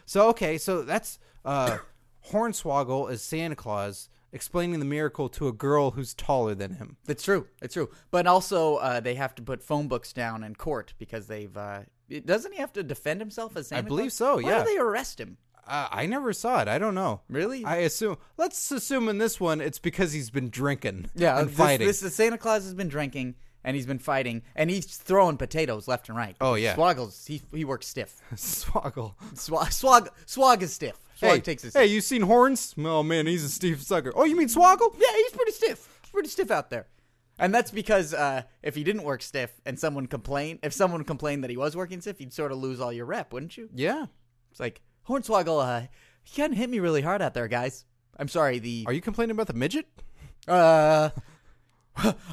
Speaker 1: So okay, so that's uh Hornswoggle as Santa Claus explaining the miracle to a girl who's taller than him.
Speaker 2: That's true. It's true. But also, uh, they have to put phone books down in court because they've. Uh, it- doesn't he have to defend himself as Santa?
Speaker 1: believe
Speaker 2: Claus?
Speaker 1: so,
Speaker 2: Why
Speaker 1: yeah.
Speaker 2: do they arrest him?
Speaker 1: Uh, I never saw it. I don't know.
Speaker 2: Really?
Speaker 1: I assume. Let's assume in this one it's because he's been drinking.
Speaker 2: Yeah,
Speaker 1: and
Speaker 2: this,
Speaker 1: fighting.
Speaker 2: This is Santa Claus has been drinking, and he's been fighting, and he's throwing potatoes left and right.
Speaker 1: Oh, yeah.
Speaker 2: Swoggles he he works stiff.
Speaker 1: Swoggle.
Speaker 2: Swag swag, swag is stiff. Swag
Speaker 1: hey,
Speaker 2: takes his.
Speaker 1: hey, you seen Horns? Oh man, he's a Steve sucker. Oh, you mean Swoggle?
Speaker 2: Yeah, he's pretty stiff. He's pretty stiff out there. And that's because uh, if he didn't work stiff and someone complained, if someone complained that he was working stiff, you'd sort of lose all your rep, wouldn't you?
Speaker 1: Yeah.
Speaker 2: It's like Hornswoggle, uh, he kind of hit me really hard out there, guys. I'm sorry. The
Speaker 1: Are you complaining about the midget? Uh,
Speaker 2: uh,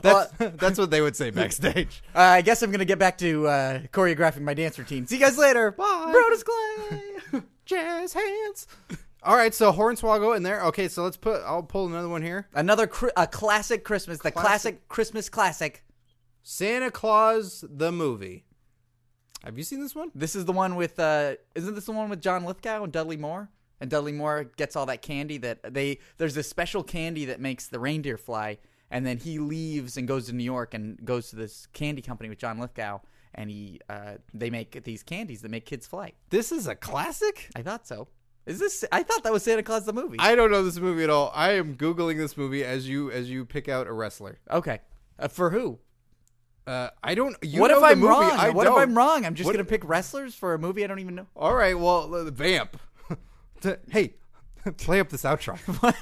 Speaker 1: That's that's what they would say backstage.
Speaker 2: uh, I guess I'm gonna get back to uh, choreographing my dance routine. See you guys later. Bye. Brodus Clay.
Speaker 1: Jazz hands. All right, so Hornswoggle in there. Okay, so let's put. I'll pull another one here.
Speaker 2: Another cri- a classic Christmas, the classic. Christmas classic.
Speaker 1: Santa Claus the movie. Have you seen this one?
Speaker 2: This is the one with uh, isn't this the one with John Lithgow and Dudley Moore? And Dudley Moore gets all that candy that they there's this special candy that makes the reindeer fly, and then he leaves and goes to New York and goes to this candy company with John Lithgow, and he uh, they make these candies that make kids fly.
Speaker 1: This is a classic.
Speaker 2: I thought so. Is this? I thought that was Santa Claus the movie.
Speaker 1: I don't know this movie at all. I am googling this movie as you as you pick out a wrestler.
Speaker 2: okay, uh, for who?
Speaker 1: Uh, I don't. You
Speaker 2: what
Speaker 1: know
Speaker 2: if
Speaker 1: the
Speaker 2: I'm
Speaker 1: movie.
Speaker 2: wrong?
Speaker 1: I
Speaker 2: what
Speaker 1: don't.
Speaker 2: if I'm wrong? I'm just
Speaker 1: What-
Speaker 2: gonna pick wrestlers for a movie I don't even know.
Speaker 1: All right. Well, uh, vamp. T- hey, play up this outro.
Speaker 2: What?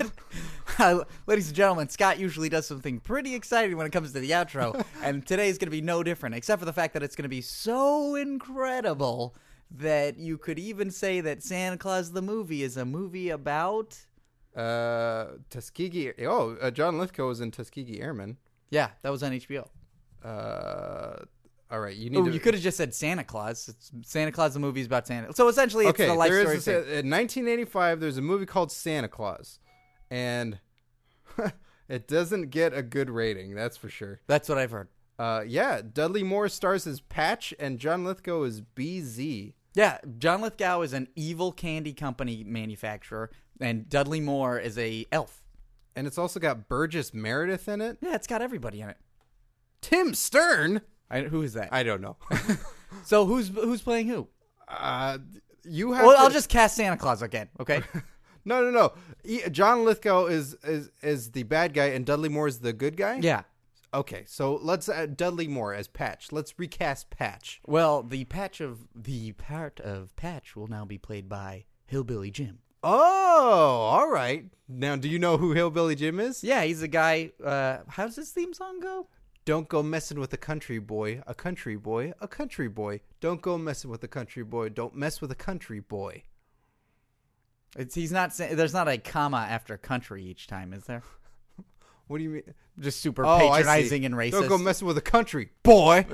Speaker 2: Uh, Ladies and gentlemen, Scott usually does something pretty exciting when it comes to the outro, and today is going to be no different, except for the fact that it's going to be so incredible that you could even say that Santa Claus the movie is a movie about.
Speaker 1: Uh, Tuskegee. Oh, uh, John Lithgow was in Tuskegee Airmen.
Speaker 2: Yeah, that was on HBO.
Speaker 1: Uh, all right. You need
Speaker 2: Oh,
Speaker 1: to.
Speaker 2: you could have just said Santa Claus. It's Santa Claus the movie is about Santa. So essentially, it's
Speaker 1: okay.
Speaker 2: the life
Speaker 1: there
Speaker 2: story.
Speaker 1: is
Speaker 2: thing.
Speaker 1: this, uh, in 1985. There's a movie called Santa Claus, and it doesn't get a good rating. That's for sure.
Speaker 2: That's what I've heard.
Speaker 1: Uh, yeah. Dudley Moore stars as Patch, and John Lithgow is BZ.
Speaker 2: Yeah, John Lithgow is an evil candy company manufacturer, and Dudley Moore is a elf.
Speaker 1: And it's also got Burgess Meredith in it.
Speaker 2: Yeah, it's got everybody in it.
Speaker 1: Tim Stern.
Speaker 2: I, who is that?
Speaker 1: I don't know.
Speaker 2: so who's who's playing who?
Speaker 1: uh, you have.
Speaker 2: Well,
Speaker 1: to-
Speaker 2: I'll just cast Santa Claus again. Okay.
Speaker 1: No, no, no. E- John Lithgow is is is the bad guy, and Dudley Moore is the good guy.
Speaker 2: yeah.
Speaker 1: Okay, so let's add Dudley Moore as Patch. Let's recast Patch.
Speaker 2: Well, the patch of the part of Patch will now be played by Hillbilly Jim.
Speaker 1: Oh, all right. Now, do you know who Hillbilly Jim is?
Speaker 2: Yeah, he's a guy. Uh, how's his theme song go?
Speaker 1: Don't go messing with a country boy, a country boy, a country boy. Don't go messing with a country boy. Don't mess with a country boy.
Speaker 2: It's he's not. sa- There's not a comma after country each time, is there?
Speaker 1: What do you mean?
Speaker 2: Just super
Speaker 1: Oh, I see.
Speaker 2: patronizing and racist.
Speaker 1: Don't go messing with a country boy.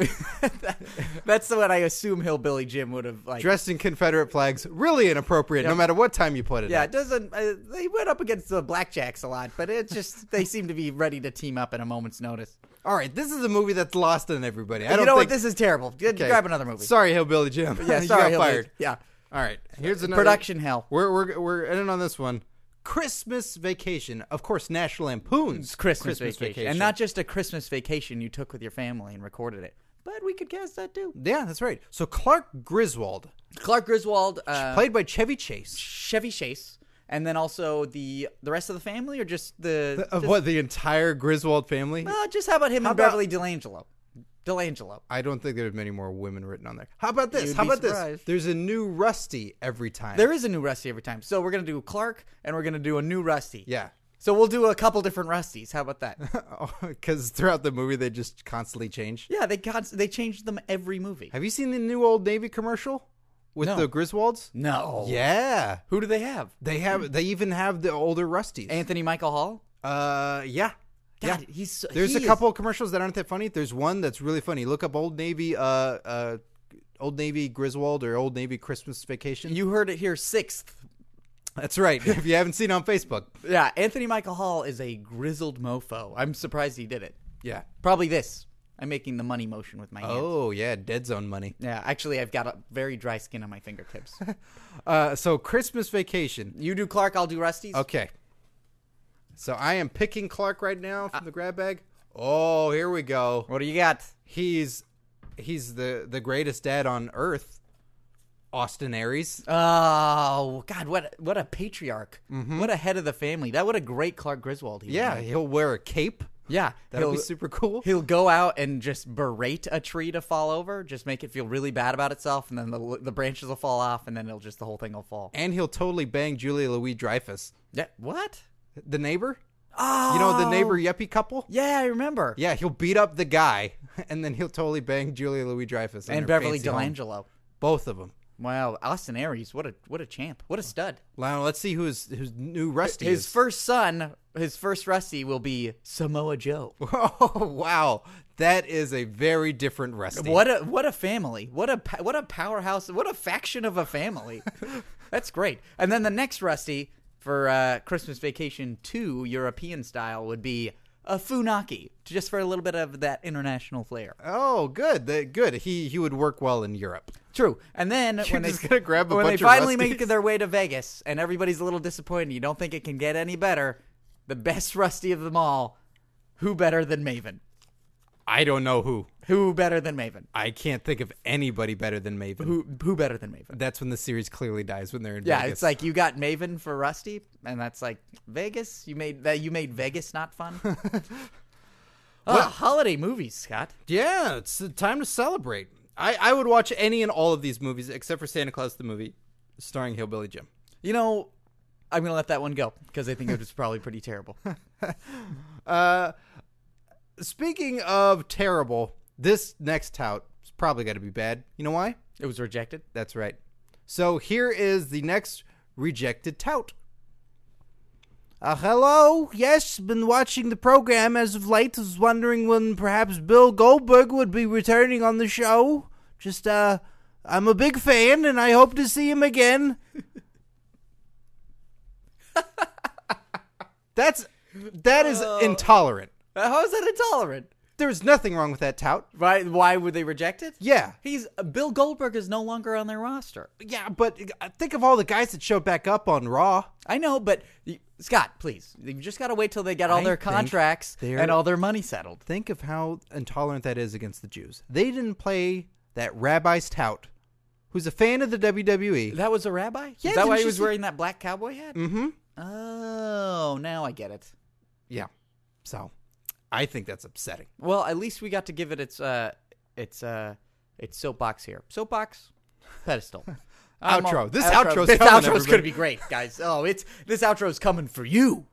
Speaker 2: That's what I assume Hillbilly Jim would have like.
Speaker 1: Dressed in Confederate flags, really inappropriate. No matter what time you put it.
Speaker 2: yeah,
Speaker 1: at.
Speaker 2: it doesn't. Uh, they went up against the Blackjacks a lot, but it's just they seem to be ready to team up at a moment's notice.
Speaker 1: All right. This is a movie that's lost on everybody. I
Speaker 2: You
Speaker 1: don't
Speaker 2: know
Speaker 1: think
Speaker 2: what? This is terrible.
Speaker 1: Okay.
Speaker 2: Grab another movie.
Speaker 1: Sorry, Hillbilly Jim.
Speaker 2: Yeah,
Speaker 1: you
Speaker 2: sorry,
Speaker 1: got
Speaker 2: Hillbilly.
Speaker 1: fired.
Speaker 2: Yeah.
Speaker 1: All right, here's another
Speaker 2: Production hell.
Speaker 1: We're we're we're ending on this one. Christmas Vacation, of course, National Lampoon's
Speaker 2: Christmas, vacation. And not just a Christmas vacation you took with your family and recorded it. But we could cast that too.
Speaker 1: yeah, that's right. So Clark Griswold,
Speaker 2: Clark Griswold, uh,
Speaker 1: played by Chevy Chase,
Speaker 2: Chevy Chase, and then also the the rest of the family, or just the.
Speaker 1: of what the entire Griswold family.
Speaker 2: Uh, just how about him and
Speaker 1: about-
Speaker 2: Beverly Delangelo? Delangelo.
Speaker 1: I don't think there's many more women written on there. How about this?
Speaker 2: You'd
Speaker 1: How
Speaker 2: be
Speaker 1: about this?
Speaker 2: surprised.
Speaker 1: There's a new Rusty every time.
Speaker 2: There is a new Rusty every time. So we're going to do Clark, and we're going to do a new Rusty.
Speaker 1: yeah,
Speaker 2: So we'll do a couple different Rusties. How about that?
Speaker 1: because throughout the movie they just constantly change.
Speaker 2: yeah, they const- they changed them every movie.
Speaker 1: Have you seen the new Old Navy commercial with
Speaker 2: No.
Speaker 1: the Griswolds?
Speaker 2: No. Hmm.
Speaker 1: Yeah.
Speaker 2: Who do they have?
Speaker 1: They have. They even have the older Rusties.
Speaker 2: Anthony Michael Hall?
Speaker 1: uh, yeah.
Speaker 2: God, he's so,
Speaker 1: There's
Speaker 2: he
Speaker 1: a
Speaker 2: is-
Speaker 1: couple of commercials that aren't that funny. There's one that's really funny. Look up Old Navy, uh, uh, Old Navy Griswold or Old Navy Christmas Vacation.
Speaker 2: You heard it here sixth.
Speaker 1: That's right. if you haven't seen it on Facebook,
Speaker 2: Yeah, Anthony Michael Hall is a grizzled mofo. I'm surprised he did it.
Speaker 1: yeah.
Speaker 2: Probably this. I'm making the money motion with my hand.
Speaker 1: Oh yeah, Dead Zone money.
Speaker 2: Yeah, actually, I've got a very dry skin on my fingertips.
Speaker 1: Uh, so Christmas Vacation.
Speaker 2: you do Clark, I'll do Rusty's.
Speaker 1: Okay. So I am picking Clark right now
Speaker 2: Uh,
Speaker 1: from the grab bag. Oh, here we go.
Speaker 2: What do you got?
Speaker 1: He's he's the the greatest dad on earth. Austin Aries.
Speaker 2: Oh God, what Mm-hmm. what a patriarch! What a head of the family! That what a great Clark Griswold he was.
Speaker 1: Yeah, he'll wear a cape.
Speaker 2: Yeah,
Speaker 1: That would be
Speaker 2: he'll-
Speaker 1: super cool.
Speaker 2: He'll go out and just berate a tree to fall over, just make it feel really bad about itself, and then the the branches will fall off, and then it'll just the whole thing will fall.
Speaker 1: and he'll totally bang Julia Louis Dreyfus,
Speaker 2: Yeah, what?
Speaker 1: the neighbor.
Speaker 2: Oh,
Speaker 1: You know the neighbor yuppie couple.
Speaker 2: Yeah, I remember.
Speaker 1: Yeah, he'll beat up the guy, and then he'll totally bang Julia Louis Dreyfus
Speaker 2: and Beverly
Speaker 1: Delange.
Speaker 2: Delangelo.
Speaker 1: Both of them.
Speaker 2: Wow, Austin Aries, what a what a champ, what a stud.
Speaker 1: Lionel, let's see who his who's new Rusty
Speaker 2: His
Speaker 1: is.
Speaker 2: first son, his first Rusty, will be Samoa Joe.
Speaker 1: oh wow, that is a very different Rusty.
Speaker 2: What a what a family! What a pa- what a powerhouse! What a faction of a family! That's great. And then the next Rusty for uh, Christmas Vacation Two European style would be a Funaki, just for a little bit of that international flair.
Speaker 1: Oh, good, that, good. He he would work well in Europe.
Speaker 2: True. And then when
Speaker 1: just
Speaker 2: they
Speaker 1: gonna grab a
Speaker 2: when
Speaker 1: bunch
Speaker 2: they
Speaker 1: of
Speaker 2: finally
Speaker 1: Rusties.
Speaker 2: make their way to Vegas, and everybody's a little disappointed, you don't think it can get any better. The best Rusty of them all. Who better than Maven?
Speaker 1: I don't know who.
Speaker 2: Who better than Maven?
Speaker 1: I can't think of anybody better than Maven.
Speaker 2: Who who better than Maven?
Speaker 1: That's when the series clearly dies when they're in
Speaker 2: Yeah,
Speaker 1: Vegas.
Speaker 2: it's like you got Maven for Rusty, and that's like Vegas. You made that. You made Vegas not fun. oh, holiday movies, Scott.
Speaker 1: Yeah, it's the time to celebrate. I, I would watch any and all of these movies except for Santa Claus the movie, starring Hillbilly Jim.
Speaker 2: You know, I'm gonna let that one go because I think it was probably pretty terrible.
Speaker 1: Speaking of terrible, this next tout is probably got to be bad. You know why?
Speaker 2: It was rejected.
Speaker 1: That's right. So here is the next rejected tout. Uh, hello. Yes, been watching the program as of late. Was wondering when perhaps Bill Goldberg would be returning on the show. Just uh, I'm a big fan, and I hope to see him again. That's that is intolerant.
Speaker 2: Uh, How is that intolerant?
Speaker 1: There's nothing wrong with that tout.
Speaker 2: Why? Why would they reject it?
Speaker 1: Yeah,
Speaker 2: He's uh, Bill Goldberg is no longer on their roster.
Speaker 1: yeah, but uh, think of all the guys that showed back up on Raw.
Speaker 2: I know, but y- Scott, please, you just gotta wait till they get all
Speaker 1: I
Speaker 2: their
Speaker 1: think
Speaker 2: contracts
Speaker 1: they're-
Speaker 2: and all their money settled.
Speaker 1: think of how intolerant that is against the Jews. They didn't play that rabbi's tout, who's a fan of the E. WWE.
Speaker 2: That was a rabbi?
Speaker 1: Yeah,
Speaker 2: Is that
Speaker 1: didn't
Speaker 2: why he
Speaker 1: you
Speaker 2: was
Speaker 1: see-
Speaker 2: wearing that black cowboy hat?
Speaker 1: Mm-hmm.
Speaker 2: Oh, now I get it.
Speaker 1: Yeah. So, I think that's upsetting.
Speaker 2: Well, at least we got to give it its uh its uh its soapbox here. Soapbox pedestal. I'm
Speaker 1: Outro.
Speaker 2: all-
Speaker 1: This outro's
Speaker 2: this
Speaker 1: coming,
Speaker 2: outro's
Speaker 1: everybody.
Speaker 2: gonna be great, guys. Oh, it's this outro's coming for you.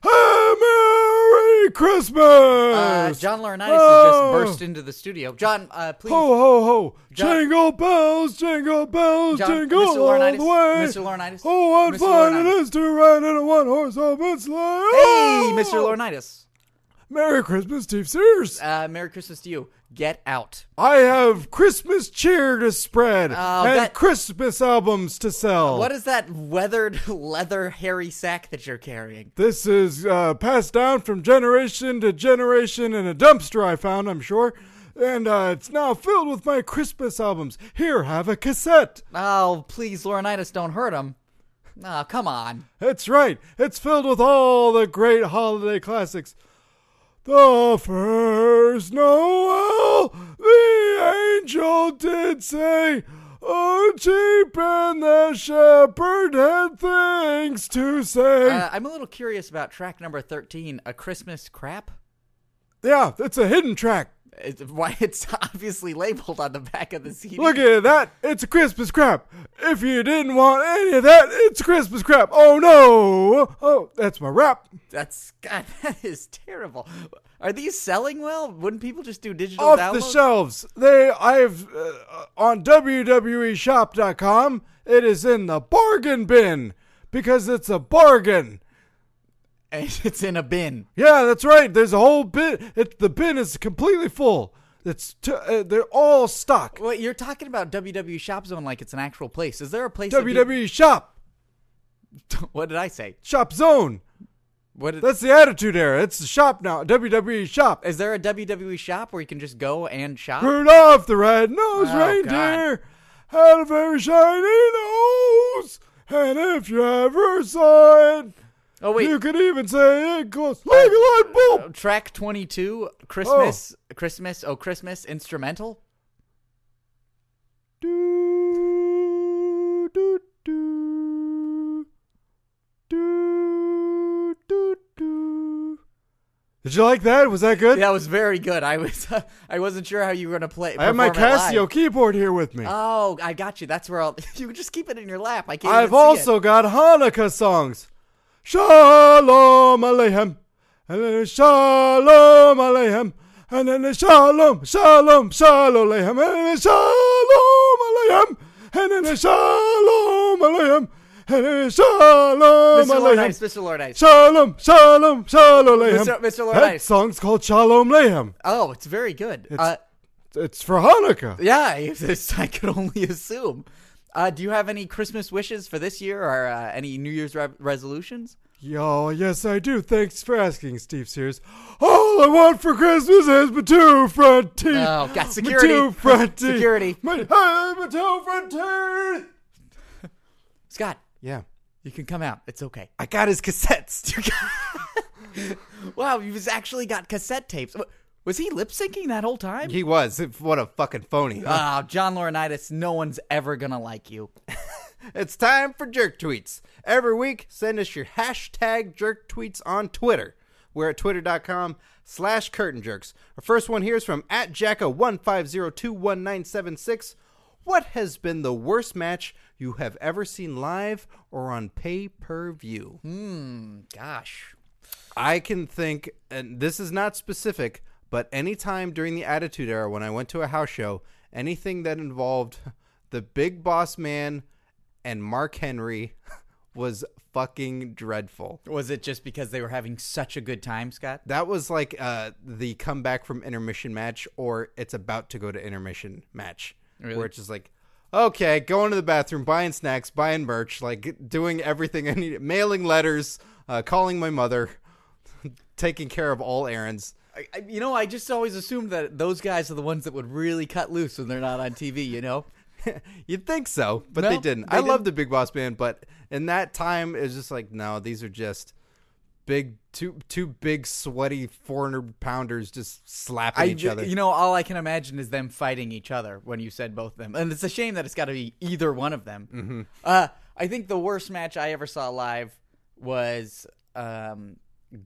Speaker 1: Hey, Merry Christmas!
Speaker 2: Uh, John Laurinaitis
Speaker 1: Oh.
Speaker 2: has just burst into the studio. John, uh, please,
Speaker 1: ho ho!
Speaker 2: John-
Speaker 1: jingle bells, jingle bells,
Speaker 2: John- Mr. Laurinaitis, Mr. Laurinaitis,
Speaker 1: Oh,
Speaker 2: Mr. Laurinaitis.
Speaker 1: is to ride in a one-horse open sleigh!
Speaker 2: hey, Mr. Laurinaitis.
Speaker 1: Merry Christmas, Steve Sears!
Speaker 2: Uh, Merry Christmas to you. Get out.
Speaker 1: I have Christmas cheer to spread and
Speaker 2: Oh, that-
Speaker 1: Christmas albums to sell.
Speaker 2: What is that weathered leather hairy sack that you're carrying?
Speaker 1: this is uh, passed down from generation to generation in a dumpster I found, I'm sure. And uh, it's now filled with my Christmas albums. Here, have a cassette.
Speaker 2: Oh, please, Laurinaitis, don't hurt him. Oh, come on.
Speaker 1: That's right. It's filled with all the great holiday classics. The first Noel, the angel did say, Oh, sheep and the shepherd had things to say.
Speaker 2: Uh, I'm a little curious about track number 13, A Christmas Crap.
Speaker 1: yeah, it's a hidden track.
Speaker 2: It's, why it's obviously labeled on the back of the CD.
Speaker 1: Look at that. It's a Christmas crap. If you didn't want any of that, it's a Christmas crap. Oh, no. Oh, that's my rap.
Speaker 2: That's God, that is terrible. Are these selling well? Wouldn't people just do digital
Speaker 1: off
Speaker 2: downloads?
Speaker 1: the shelves. They I've uh, on E WWEshop.com. It is in the bargain bin because it's a bargain.
Speaker 2: And it's in a bin.
Speaker 1: Yeah, that's right. There's a whole bin. It, the bin is completely full. It's t- uh, they're all stock.
Speaker 2: Well, you're talking about WWE Shop Zone like it's an actual place. Is there a place? that people-
Speaker 1: WWE E Shop
Speaker 2: what did I say?
Speaker 1: Shop Zone.
Speaker 2: What did,
Speaker 1: E That's the attitude era. It's the shop now. WWE Shop.
Speaker 2: is there a WWE shop where you can just go and shop?
Speaker 1: Rudolph the red-nosed
Speaker 2: Oh,
Speaker 1: reindeer had a very shiny nose, and if you ever saw it,
Speaker 2: Oh wait,
Speaker 1: You could even say it goes like a light bulb.
Speaker 2: track 22, Christmas, Christmas, oh Christmas instrumental.
Speaker 1: Do, do, do. Do, do, do. Did you like that? Was that good?
Speaker 2: That was very good. I was I wasn't sure how you were gonna play.
Speaker 1: I have my
Speaker 2: perform it live.
Speaker 1: Casio keyboard here with me.
Speaker 2: Oh, I got you. That's where I'll. You just keep it in your lap. I can't.
Speaker 1: I've
Speaker 2: even see it.
Speaker 1: also got Hanukkah songs. Shalom Aleichem. And then Shalom Aleichem. And then Shalom, Shalom, Shalom Aleichem. And then Shalom Aleichem. And then Shalom Aleichem. And then Shalom
Speaker 2: Mr. Lord Ice,
Speaker 1: Aleichem.
Speaker 2: Mr. Lord Ice.
Speaker 1: Shalom, Shalom, Shalom Aleichem.
Speaker 2: Mr. Mr. Lord
Speaker 1: That
Speaker 2: Ice.
Speaker 1: song's called Shalom Aleichem.
Speaker 2: Oh, it's very good. uh,
Speaker 1: It's for Hanukkah.
Speaker 2: yeah, it's, I could only assume. Uh, do you have any Christmas wishes for this year or uh, any New Year's re- resolutions?
Speaker 1: Yo, yes, I do. Thanks for asking, Steve Sears. All I want for Christmas is my two front teeth.
Speaker 2: Oh, God,
Speaker 1: My
Speaker 2: security.
Speaker 1: two front teeth.
Speaker 2: Security.
Speaker 1: My, hey, my two front teeth.
Speaker 2: Scott,
Speaker 1: Yeah.
Speaker 2: you can come out. It's okay.
Speaker 1: I got his cassettes.
Speaker 2: Wow, you've actually got cassette tapes. Wa- Was he lip syncing that whole time?
Speaker 1: he was. What a fucking phony. huh?
Speaker 2: Ah, John Laurinaitis, no one's ever gonna like you.
Speaker 1: It's time for jerk tweets. Every week, send us your hashtag jerk tweets on Twitter. We're at twitter.com slash curtain jerks. Our first one here is from at jacka1502196. What has been the worst match you have ever seen live or on pay per view?
Speaker 2: Gosh.
Speaker 1: I can think, and this is not specific, but any time during the Attitude Era when I went to a house show, anything that involved the Big Boss Man and Mark Henry was fucking dreadful.
Speaker 2: Was it just because they were having such a good time, Scott?
Speaker 1: That was like uh, the comeback from intermission match, or it's about to go to intermission match, where it's just like, okay, going to the bathroom, buying snacks, buying merch, like doing everything I need, mailing letters, uh, calling my mother, taking care of all errands.
Speaker 2: I, I- you know, I just always assumed that those guys are the ones that would really cut loose when they're not on TV, you know?
Speaker 1: You'd think so, but
Speaker 2: No,
Speaker 1: they didn't.
Speaker 2: they
Speaker 1: I love the Big Boss Band, but in that time, it was just like, no, these are just big, two two big sweaty four hundred pounders just slapping
Speaker 2: I,
Speaker 1: each other.
Speaker 2: You know, all I can imagine is them fighting each other when you said both of them. And it's a shame that it's got to be either one of them. Mm-hmm. Uh, I think the worst match I ever saw live was um,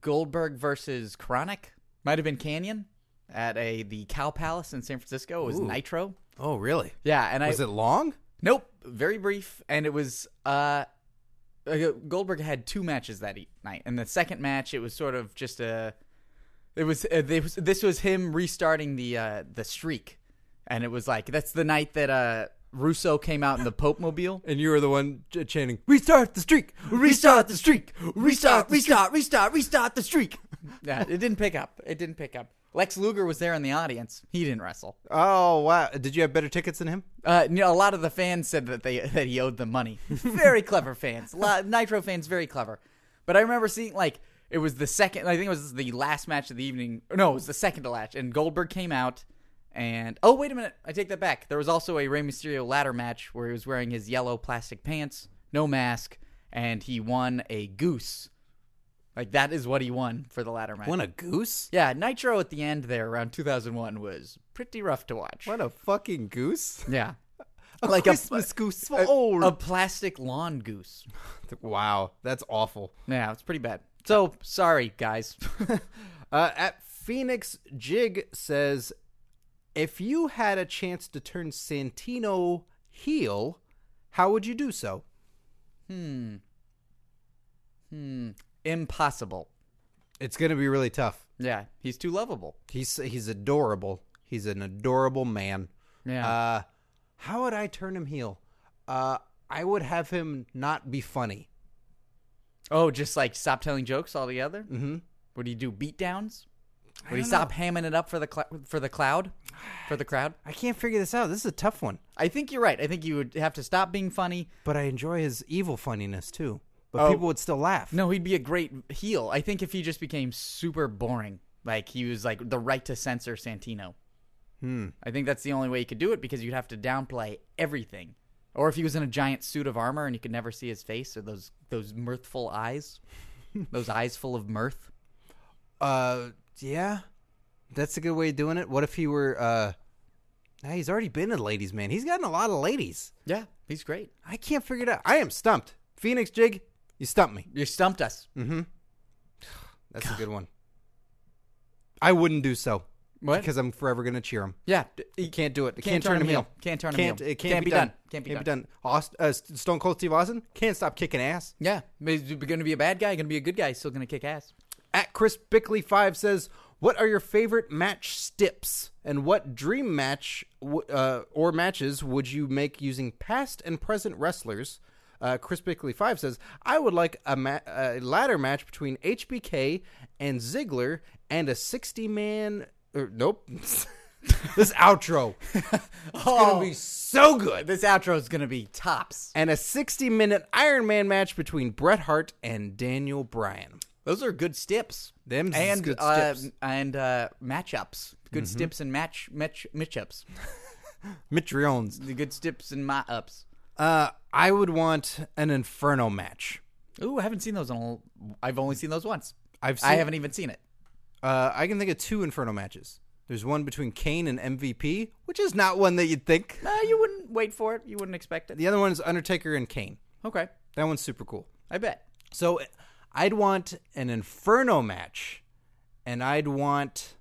Speaker 2: Goldberg versus Chronic. Might have been Canyon at a the Cow Palace in San Francisco. It was Nitro.
Speaker 1: oh, really?
Speaker 2: Yeah, and I
Speaker 1: Was it long?
Speaker 2: Nope, very brief, and it was uh, uh, Goldberg had two matches that e- night, and the second match it was sort of just a, it was uh, they was this was him restarting the uh the streak, and it was like that's the night that uh Russo came out in the Pope Mobile.
Speaker 1: And you were the one ch- chanting, "Restart the streak, restart the streak, restart, restart, restart, restart the streak."
Speaker 2: Yeah, it didn't pick up. It didn't pick up. Lex Luger was there in the audience. He didn't wrestle.
Speaker 1: Oh wow! Did you have better tickets than him?
Speaker 2: Uh, no, a lot of the fans said that they that he owed them money. Very clever fans. Lo- Nitro fans, very clever. But I remember seeing like it was the second. I think it was the last match of the evening. No, it was the second to last. And Goldberg came out. And oh wait a minute, I take that back. There was also a Rey Mysterio ladder match where he was wearing his yellow plastic pants, no mask, and he won a goose. Like that is what he won for the ladder match.
Speaker 1: Won a goose?
Speaker 2: yeah, Nitro at the end there around 2001 was pretty rough to watch.
Speaker 1: What a fucking goose!
Speaker 2: Yeah.
Speaker 1: Like Christmas goose for old.
Speaker 2: A plastic lawn goose.
Speaker 1: wow, that's awful.
Speaker 2: Yeah, it's pretty bad. So sorry, guys.
Speaker 1: Uh, at Phoenix Jig says, if you had a chance to turn Santino heel, how would you do so?
Speaker 2: Impossible.
Speaker 1: It's gonna be really tough.
Speaker 2: Yeah, he's too lovable.
Speaker 1: He's he's adorable. He's an adorable man.
Speaker 2: Yeah.
Speaker 1: Uh, how would I turn him heel? Uh, I would have him not be funny.
Speaker 2: oh, just like stop telling jokes altogether. Mm-hmm. What do you do? Beatdowns? Would he stop hamming it up for the cl- for the cloud, for the crowd?
Speaker 1: I can't figure this out. This is a tough one.
Speaker 2: I think you're right. I think you would have to stop being funny.
Speaker 1: But I enjoy his evil funniness too. But people would still laugh.
Speaker 2: No, he'd be a great heel. I think if he just became super boring, like he was like the right to censor Santino. Hmm. I think that's the only way you could do it because you'd have to downplay everything. Or if he was in a giant suit of armor and you could never see his face or those those mirthful eyes, those eyes full of mirth.
Speaker 1: Uh, yeah, that's a good way of doing it. What if he were? uh nah, He's already been a ladies' man. He's gotten a lot of ladies.
Speaker 2: Yeah, he's great.
Speaker 1: I can't figure it out. I am stumped. Phoenix Jig, you stumped me.
Speaker 2: You stumped us.
Speaker 1: That's a good one. I wouldn't do so
Speaker 2: What?
Speaker 1: because I'm forever gonna cheer him.
Speaker 2: yeah,
Speaker 1: You can't do it. Can't,
Speaker 2: Can't
Speaker 1: turn, him heel.
Speaker 2: Can't turn him
Speaker 1: Can't,
Speaker 2: heel.
Speaker 1: It can't, be, done. Can't be done. Aust- uh, S- Stone Cold Steve Austin can't stop kicking ass.
Speaker 2: yeah. He's going to be a bad guy. Going to be a good guy. Still going to kick ass.
Speaker 1: At Chris Bickley five says, "What are your favorite match stips, and what dream match w- uh, or matches would you make using past and present wrestlers?" Uh, Chris Bickley five says, "I would like a, ma- a ladder match between HBK and Ziggler, and a sixty man. Or, nope, this outro. It's
Speaker 2: Oh.
Speaker 1: gonna be so good.
Speaker 2: This outro is going to be tops.
Speaker 1: and a 60 minute Iron Man match between Bret Hart and Daniel Bryan.
Speaker 2: Those are good stips.
Speaker 1: Them's
Speaker 2: and
Speaker 1: good
Speaker 2: uh,
Speaker 1: stips.
Speaker 2: and uh, matchups. Good stips and match match matchups.
Speaker 1: Mitriones.
Speaker 2: The good stips and my ups.
Speaker 1: Uh, I would want an Inferno match.
Speaker 2: Ooh, I haven't seen those. In a, I've only seen those once.
Speaker 1: I've
Speaker 2: I
Speaker 1: seen-
Speaker 2: haven't e- even seen it.
Speaker 1: Uh, I can think of two Inferno matches. There's one between Kane and MVP, which is not one that you'd think.
Speaker 2: No, you wouldn't wait for it. You wouldn't expect it.
Speaker 1: The other one is Undertaker and Kane.
Speaker 2: Okay,
Speaker 1: That one's super cool.
Speaker 2: I bet.
Speaker 1: So I'd want an Inferno match, and I'd want.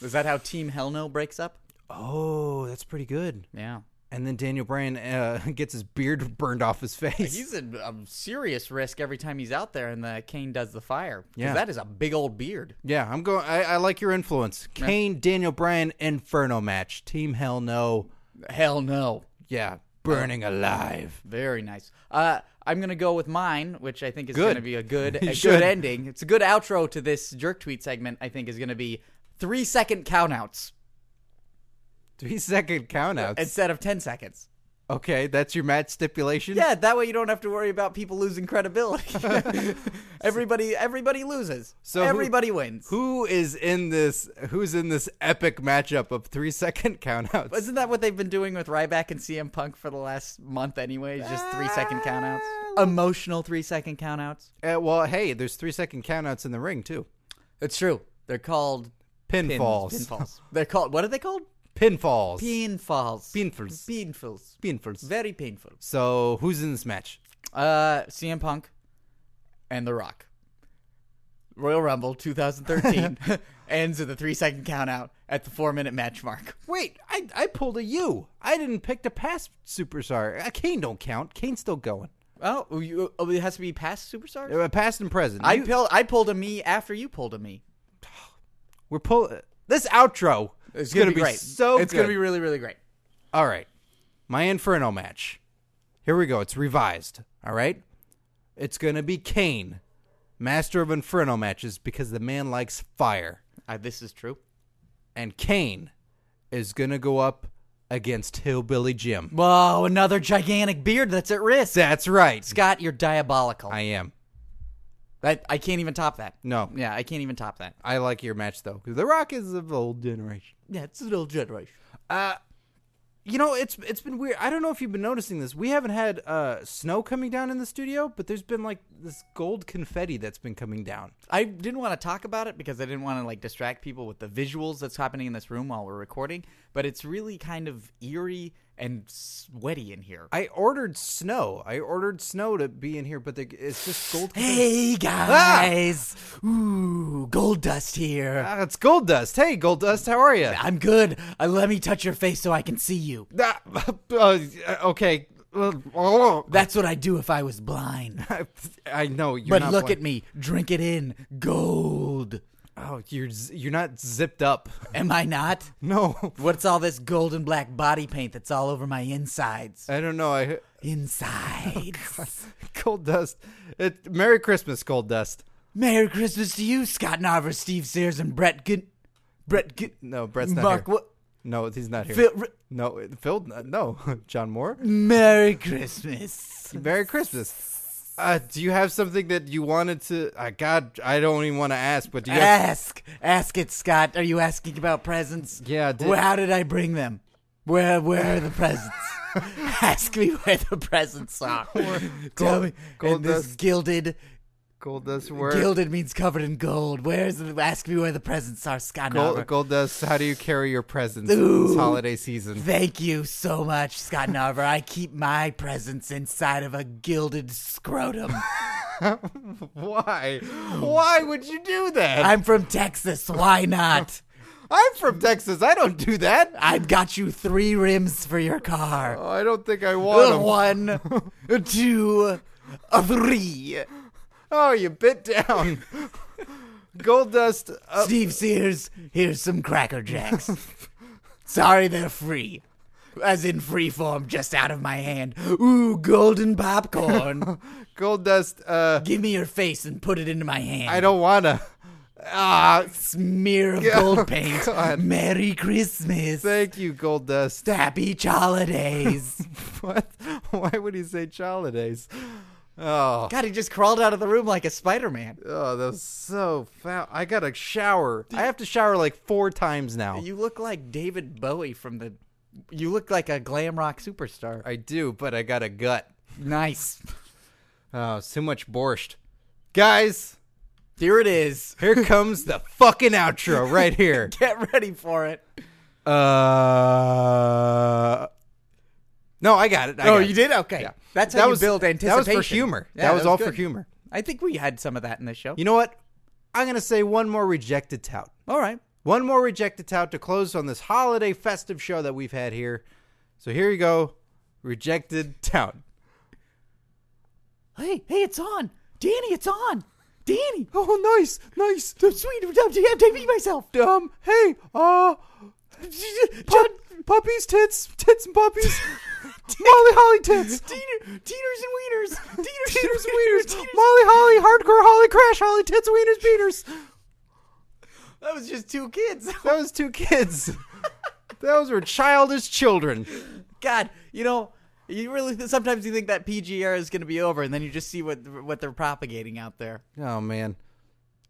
Speaker 2: Is that how Team Hell No breaks up?
Speaker 1: Oh, that's pretty good.
Speaker 2: Yeah,
Speaker 1: And then Daniel Bryan uh, gets his beard burned off his face.
Speaker 2: he's in a serious risk every time he's out there, and the Kane does the fire. 'Cause
Speaker 1: Yeah.
Speaker 2: that is a big old beard.
Speaker 1: Yeah, I'm going. I, I like your influence. Kane, Daniel Bryan, Inferno match. Team Hell No.
Speaker 2: Hell no,
Speaker 1: Yeah, burning alive.
Speaker 2: very nice. Uh, I'm gonna go with mine, which I think is
Speaker 1: Good.
Speaker 2: gonna be a good a
Speaker 1: should.
Speaker 2: good ending. It's a good outro to this jerk tweet segment. I think is gonna be three second countouts
Speaker 1: Three second countouts.
Speaker 2: instead of ten seconds.
Speaker 1: okay, that's your match stipulation.
Speaker 2: Yeah, that way you don't have to worry about people losing credibility. everybody, everybody loses.
Speaker 1: So
Speaker 2: So
Speaker 1: who-
Speaker 2: everybody wins.
Speaker 1: Who is in this? Who's in this epic matchup of three second countouts?
Speaker 2: Isn't that what they've been doing with Ryback and CM Punk for the last month anyway? It's Just three second countouts, emotional three second countouts.
Speaker 1: Uh, well, hey, there's three second countouts in the ring too.
Speaker 2: It's true. They're called pins,
Speaker 1: Pinfalls.
Speaker 2: Pinfalls. They're called what are they called?
Speaker 1: Pinfalls.
Speaker 2: Pinfalls.
Speaker 1: Pinfalls.
Speaker 2: Pinfalls.
Speaker 1: Pinfalls.
Speaker 2: Very painful.
Speaker 1: So who's in this match?
Speaker 2: Uh, CM Punk and The Rock. Royal Rumble 2013 ends with a three second count out at the four minute match mark.
Speaker 1: Wait, I I pulled a U. I didn't pick the past superstar. Uh, Kane don't count. Kane's still going.
Speaker 2: Oh, you, oh it has to be past superstars?
Speaker 1: Uh, Past and present.
Speaker 2: I,
Speaker 1: You-
Speaker 2: pulled, I pulled a me after you pulled a me.
Speaker 1: We're pull this outro. is gonna, be,
Speaker 2: great.
Speaker 1: so.
Speaker 2: It's going to be really, really great.
Speaker 1: all right. My Inferno match. Here we go. It's revised. All right. It's gonna be Kane, master of Inferno matches, because the man likes fire,
Speaker 2: Uh, this is true.
Speaker 1: and Kane is gonna go up against Hillbilly Jim.
Speaker 2: Whoa, another gigantic beard that's at risk.
Speaker 1: That's right.
Speaker 2: Scott, you're diabolical.
Speaker 1: I
Speaker 2: I,
Speaker 1: am.
Speaker 2: that, I can't even top that.
Speaker 1: No,
Speaker 2: Yeah, I can't even top that.
Speaker 1: I like your match though. 'cause The Rock is of old generation. Uh,
Speaker 2: Yeah, it's a little generation.
Speaker 1: You know, it's it's been weird. I don't know if you've been noticing this. We haven't had uh, snow coming down in the studio, but there's been like this gold confetti that's been coming down.
Speaker 2: I didn't want to talk about it because I didn't want to like distract people with the visuals that's happening in this room while we're recording. But it's really kind of eerie and sweaty in here.
Speaker 1: I ordered snow. I ordered snow to be in here, but they, it's just gold. confetti.
Speaker 2: Hey guys, ooh, gold dust here.
Speaker 1: Ah, it's gold dust. Hey, gold dust, how are you?
Speaker 2: I'm good. Uh, let me touch your face so I can see you.
Speaker 1: uh, okay. oh.
Speaker 2: That's what I'd do if I was blind.
Speaker 1: I know you're
Speaker 2: But
Speaker 1: not
Speaker 2: look
Speaker 1: blind.
Speaker 2: at me, drink it in, gold.
Speaker 1: oh you're z- you're not zipped up
Speaker 2: Am I not?
Speaker 1: no
Speaker 2: What's all this gold and black body paint that's all over my insides?
Speaker 1: I don't know I
Speaker 2: Insides.
Speaker 1: gold dust it, Merry Christmas gold dust
Speaker 2: Merry Christmas to you, Scott Narver, Steve Sears, and Brett Good. Brett Good.
Speaker 1: no Brett's not
Speaker 2: Mark,
Speaker 1: here
Speaker 2: what?
Speaker 1: no he's not here
Speaker 2: Phil, R-
Speaker 1: No, it- Phil. No, John Moore.
Speaker 2: Merry Christmas.
Speaker 1: Merry Christmas. Uh, do you have something that you wanted to? Uh, God, I don't even want to ask, but do you? Have,
Speaker 2: Ask. Ask it, Scott. Are you asking about presents?
Speaker 1: Yeah, did-
Speaker 2: Where- how did I bring them? Where where are the presents? Ask me where the presents are. Tell
Speaker 1: gold-
Speaker 2: me.
Speaker 1: gold
Speaker 2: and this
Speaker 1: dust.
Speaker 2: gilded
Speaker 1: gold dust. Where
Speaker 2: gilded means covered in gold. Where's the ask me where the presents are, Scott
Speaker 1: gold,
Speaker 2: Narver.
Speaker 1: gold dust? How do you carry your presents this
Speaker 2: Ooh.
Speaker 1: holiday season?
Speaker 2: Thank you so much, Scott Narver. I keep my presence inside of a gilded scrotum.
Speaker 1: Why? Why would you do that?
Speaker 2: I'm from Texas. Why not?
Speaker 1: I'm from Texas. I don't do that.
Speaker 2: I've got you three rims for your car.
Speaker 1: Oh, I don't think I want
Speaker 2: A
Speaker 1: 'em.
Speaker 2: One, a two, a three.
Speaker 1: Oh, you bit down. Gold dust. Uh,
Speaker 2: Steve Sears, here's some Cracker Jacks. Sorry they're free. As in free form, just out of my hand. Ooh, golden popcorn.
Speaker 1: gold dust. Uh,
Speaker 2: Give me your face and put it into my hand.
Speaker 1: I don't wanna. Ah,
Speaker 2: Smear of
Speaker 1: Yeah,
Speaker 2: gold paint.
Speaker 1: God.
Speaker 2: Merry Christmas.
Speaker 1: thank you, gold dust.
Speaker 2: Happy holidays.
Speaker 1: What? Why would he say holidays? Oh,
Speaker 2: God, he just crawled out of the room like a Spider Man.
Speaker 1: oh, that was so foul. I gotta shower. I have to shower like four times now.
Speaker 2: You look like David Bowie from the. You look like a glam rock superstar.
Speaker 1: I do, but I got a gut.
Speaker 2: Nice.
Speaker 1: Oh, it's too much borscht. Guys,
Speaker 2: Here it is.
Speaker 1: here comes the fucking outro right here.
Speaker 2: Get ready for it.
Speaker 1: Uh, no, I got it. I
Speaker 2: Oh,
Speaker 1: got
Speaker 2: you
Speaker 1: it.
Speaker 2: did? Okay.
Speaker 1: Yeah.
Speaker 2: That's how
Speaker 1: That
Speaker 2: you
Speaker 1: was-
Speaker 2: build
Speaker 1: that was for
Speaker 2: anticipation.
Speaker 1: humor.
Speaker 2: Yeah,
Speaker 1: That was all for
Speaker 2: good.
Speaker 1: humor.
Speaker 2: I think we had some of that in this show.
Speaker 1: You know what? I'm gonna say one more rejected tout.
Speaker 2: all right.
Speaker 1: One more rejected tout to close on this holiday festive show that we've had here. So here you go, rejected tout.
Speaker 2: Hey, hey, it's on. Danny, it's on. Danny.
Speaker 1: Oh, nice, nice.
Speaker 2: So sweet. I'm taking myself.
Speaker 1: Um, hey, uh,
Speaker 2: John,
Speaker 1: puppies, tits, tits and puppies, Molly Holly tits,
Speaker 2: Teeter, teeters and wieners. Teeters,
Speaker 1: Teeters
Speaker 2: and
Speaker 1: wieners,
Speaker 2: wieners.
Speaker 1: Molly Holly, hardcore Holly crash, Holly tits, wieners, beaters.
Speaker 2: That was just two kids.
Speaker 1: That was two kids. Those were childish children.
Speaker 2: God, you know, you really sometimes you think that PG era is going to be over, and then you just see what what they're propagating out there.
Speaker 1: Oh man,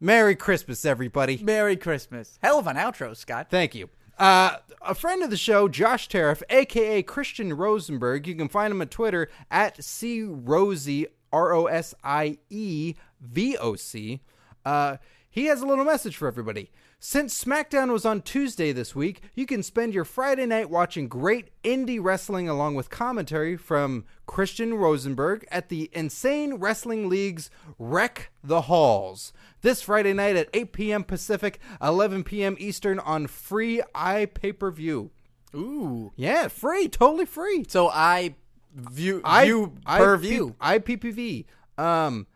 Speaker 1: Merry Christmas, everybody.
Speaker 2: Merry Christmas. Hell of an outro, Scott.
Speaker 1: Thank you. Uh, a friend of the show, Josh Tariff, aka Christian Rosenberg. You can find him on Twitter at C Rosie R O S I E V O C. Uh, he has a little message for everybody. Since SmackDown was on Tuesday this week, you can spend your Friday night watching great indie wrestling along with commentary from Christian Rosenberg at the Insane Wrestling League's Wreck the Halls this Friday night at 8 p.m. Pacific, 11 p.m. Eastern on free iPay-per-view.
Speaker 2: Ooh.
Speaker 1: Yeah, free, totally free.
Speaker 2: So I view
Speaker 1: I-
Speaker 2: view
Speaker 1: I-
Speaker 2: per
Speaker 1: P-
Speaker 2: view.
Speaker 1: IPPV. Um,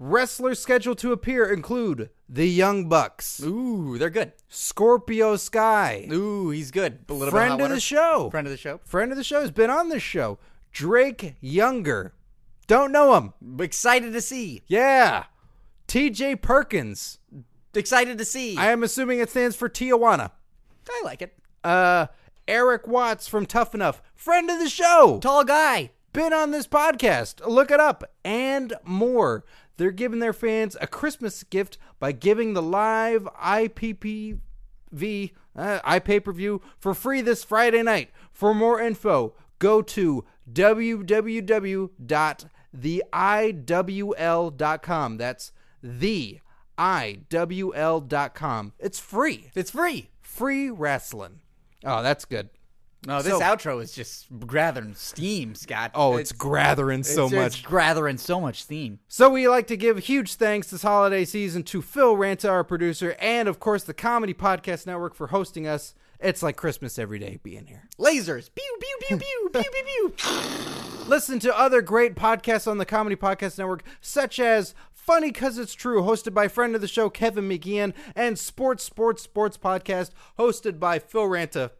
Speaker 1: wrestlers scheduled to appear include The Young Bucks,
Speaker 2: Ooh, they're good.
Speaker 1: Scorpio Sky,
Speaker 2: Ooh, he's good. A little bit
Speaker 1: friend
Speaker 2: hot
Speaker 1: of
Speaker 2: water.
Speaker 1: the show.
Speaker 2: Friend of the show.
Speaker 1: Friend of the show has been on this show. Drake Younger. Don't know him.
Speaker 2: Excited to see.
Speaker 1: Yeah. TJ Perkins.
Speaker 2: Excited to see.
Speaker 1: I am assuming it stands for Tijuana.
Speaker 2: I like it.
Speaker 1: Uh Eric Watts from Tough Enough. Friend of the show.
Speaker 2: Tall guy.
Speaker 1: Been on this podcast. Look it up. And more. They're giving their fans a Christmas gift by giving the live IPPV, uh, iPay-per-view for free this Friday night. For more info, go to www.theiwl.com. That's theiwl.com. It's free.
Speaker 2: It's free.
Speaker 1: Free wrestling. Oh, that's good.
Speaker 2: No, this
Speaker 1: So-
Speaker 2: outro is just gathering steam, Scott.
Speaker 1: Oh, it's, grathering so
Speaker 2: it's
Speaker 1: much.
Speaker 2: gathering so much steam.
Speaker 1: So we like to give huge thanks this holiday season to Phil Ranta, our producer, and of course the Comedy Podcast Network for hosting us. It's like Christmas every day being here.
Speaker 2: Lasers. Pew pew pew pew pew pew pew.
Speaker 1: Listen to other great podcasts on the Comedy Podcast Network, such as Funny Cause It's True, hosted by friend of the show Kevin McGeehan, and Sports Sports Sports Podcast, hosted by Phil Ranta,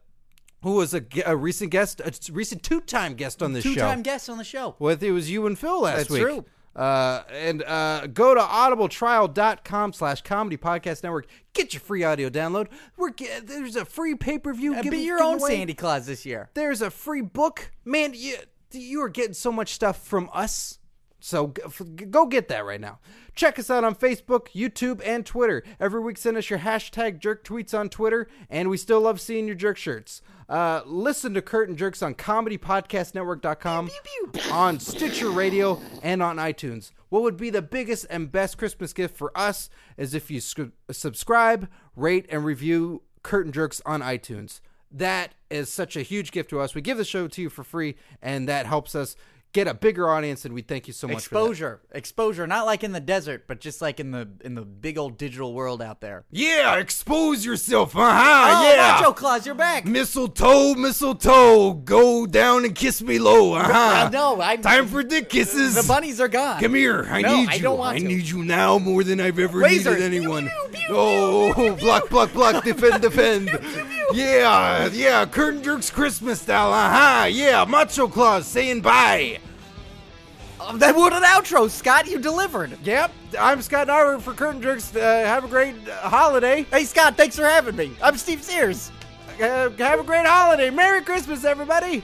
Speaker 1: who was a, gu- a recent guest, a recent two-time guest on this show.
Speaker 2: Two-time guest on the show.
Speaker 1: with it was you and Phil last
Speaker 2: That's
Speaker 1: week.
Speaker 2: true.
Speaker 1: Uh, and uh, go to audibletrial.com slash comedy podcast network. Get your free audio download. We're g- there's a free pay per view.
Speaker 2: And Uh, be your own Santa Claus this year.
Speaker 1: There's a free book. Man, you you are getting so much stuff from us. So g- f- go get that right now. Check us out on Facebook, YouTube, and Twitter. Every week, send us your hashtag jerk tweets on Twitter, and we still love seeing your jerk shirts. Uh, listen to Curtain Jerks on comedypodcastnetwork.com, on Stitcher Radio, and on iTunes. What would be the biggest and best Christmas gift for us is if you sc- subscribe, rate, and review Curtain Jerks on iTunes. That is such a huge gift to us. We give the show to you for free, and that helps us get a bigger audience, and we thank you so much for that.
Speaker 2: Exposure, exposure, not like in the desert, but just like in the in the big old digital world out there.
Speaker 1: Yeah, expose yourself. Uh-huh,
Speaker 2: Oh,
Speaker 1: yeah. Mm.
Speaker 2: Nacho Claus, you're back.
Speaker 1: Mistletoe, mistletoe, go down and kiss me low. Uh huh.
Speaker 2: Uh, no, I'm-
Speaker 1: Time for dick kisses.
Speaker 2: The bunnies are gone.
Speaker 1: Come here. I
Speaker 2: No,
Speaker 1: need
Speaker 2: I
Speaker 1: you.
Speaker 2: don't want
Speaker 1: I
Speaker 2: to.
Speaker 1: need you now more than I've ever
Speaker 2: Razors.
Speaker 1: needed anyone.
Speaker 2: Pew, pew, pew, pew,
Speaker 1: oh,
Speaker 2: pew, pew,
Speaker 1: block, block, block. defend, defend. yeah, yeah. Curtain jerks Christmas style. Uh huh. Yeah. Macho Claus saying bye.
Speaker 2: Oh, that what an outro, Scott. You delivered.
Speaker 1: Yep. I'm Scott Narver for Curtain Jerks. Uh, have a great uh, holiday.
Speaker 2: Hey, Scott, thanks for having me. I'm Steve Sears.
Speaker 1: Uh, have a great holiday. Merry Christmas, everybody.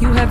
Speaker 3: You have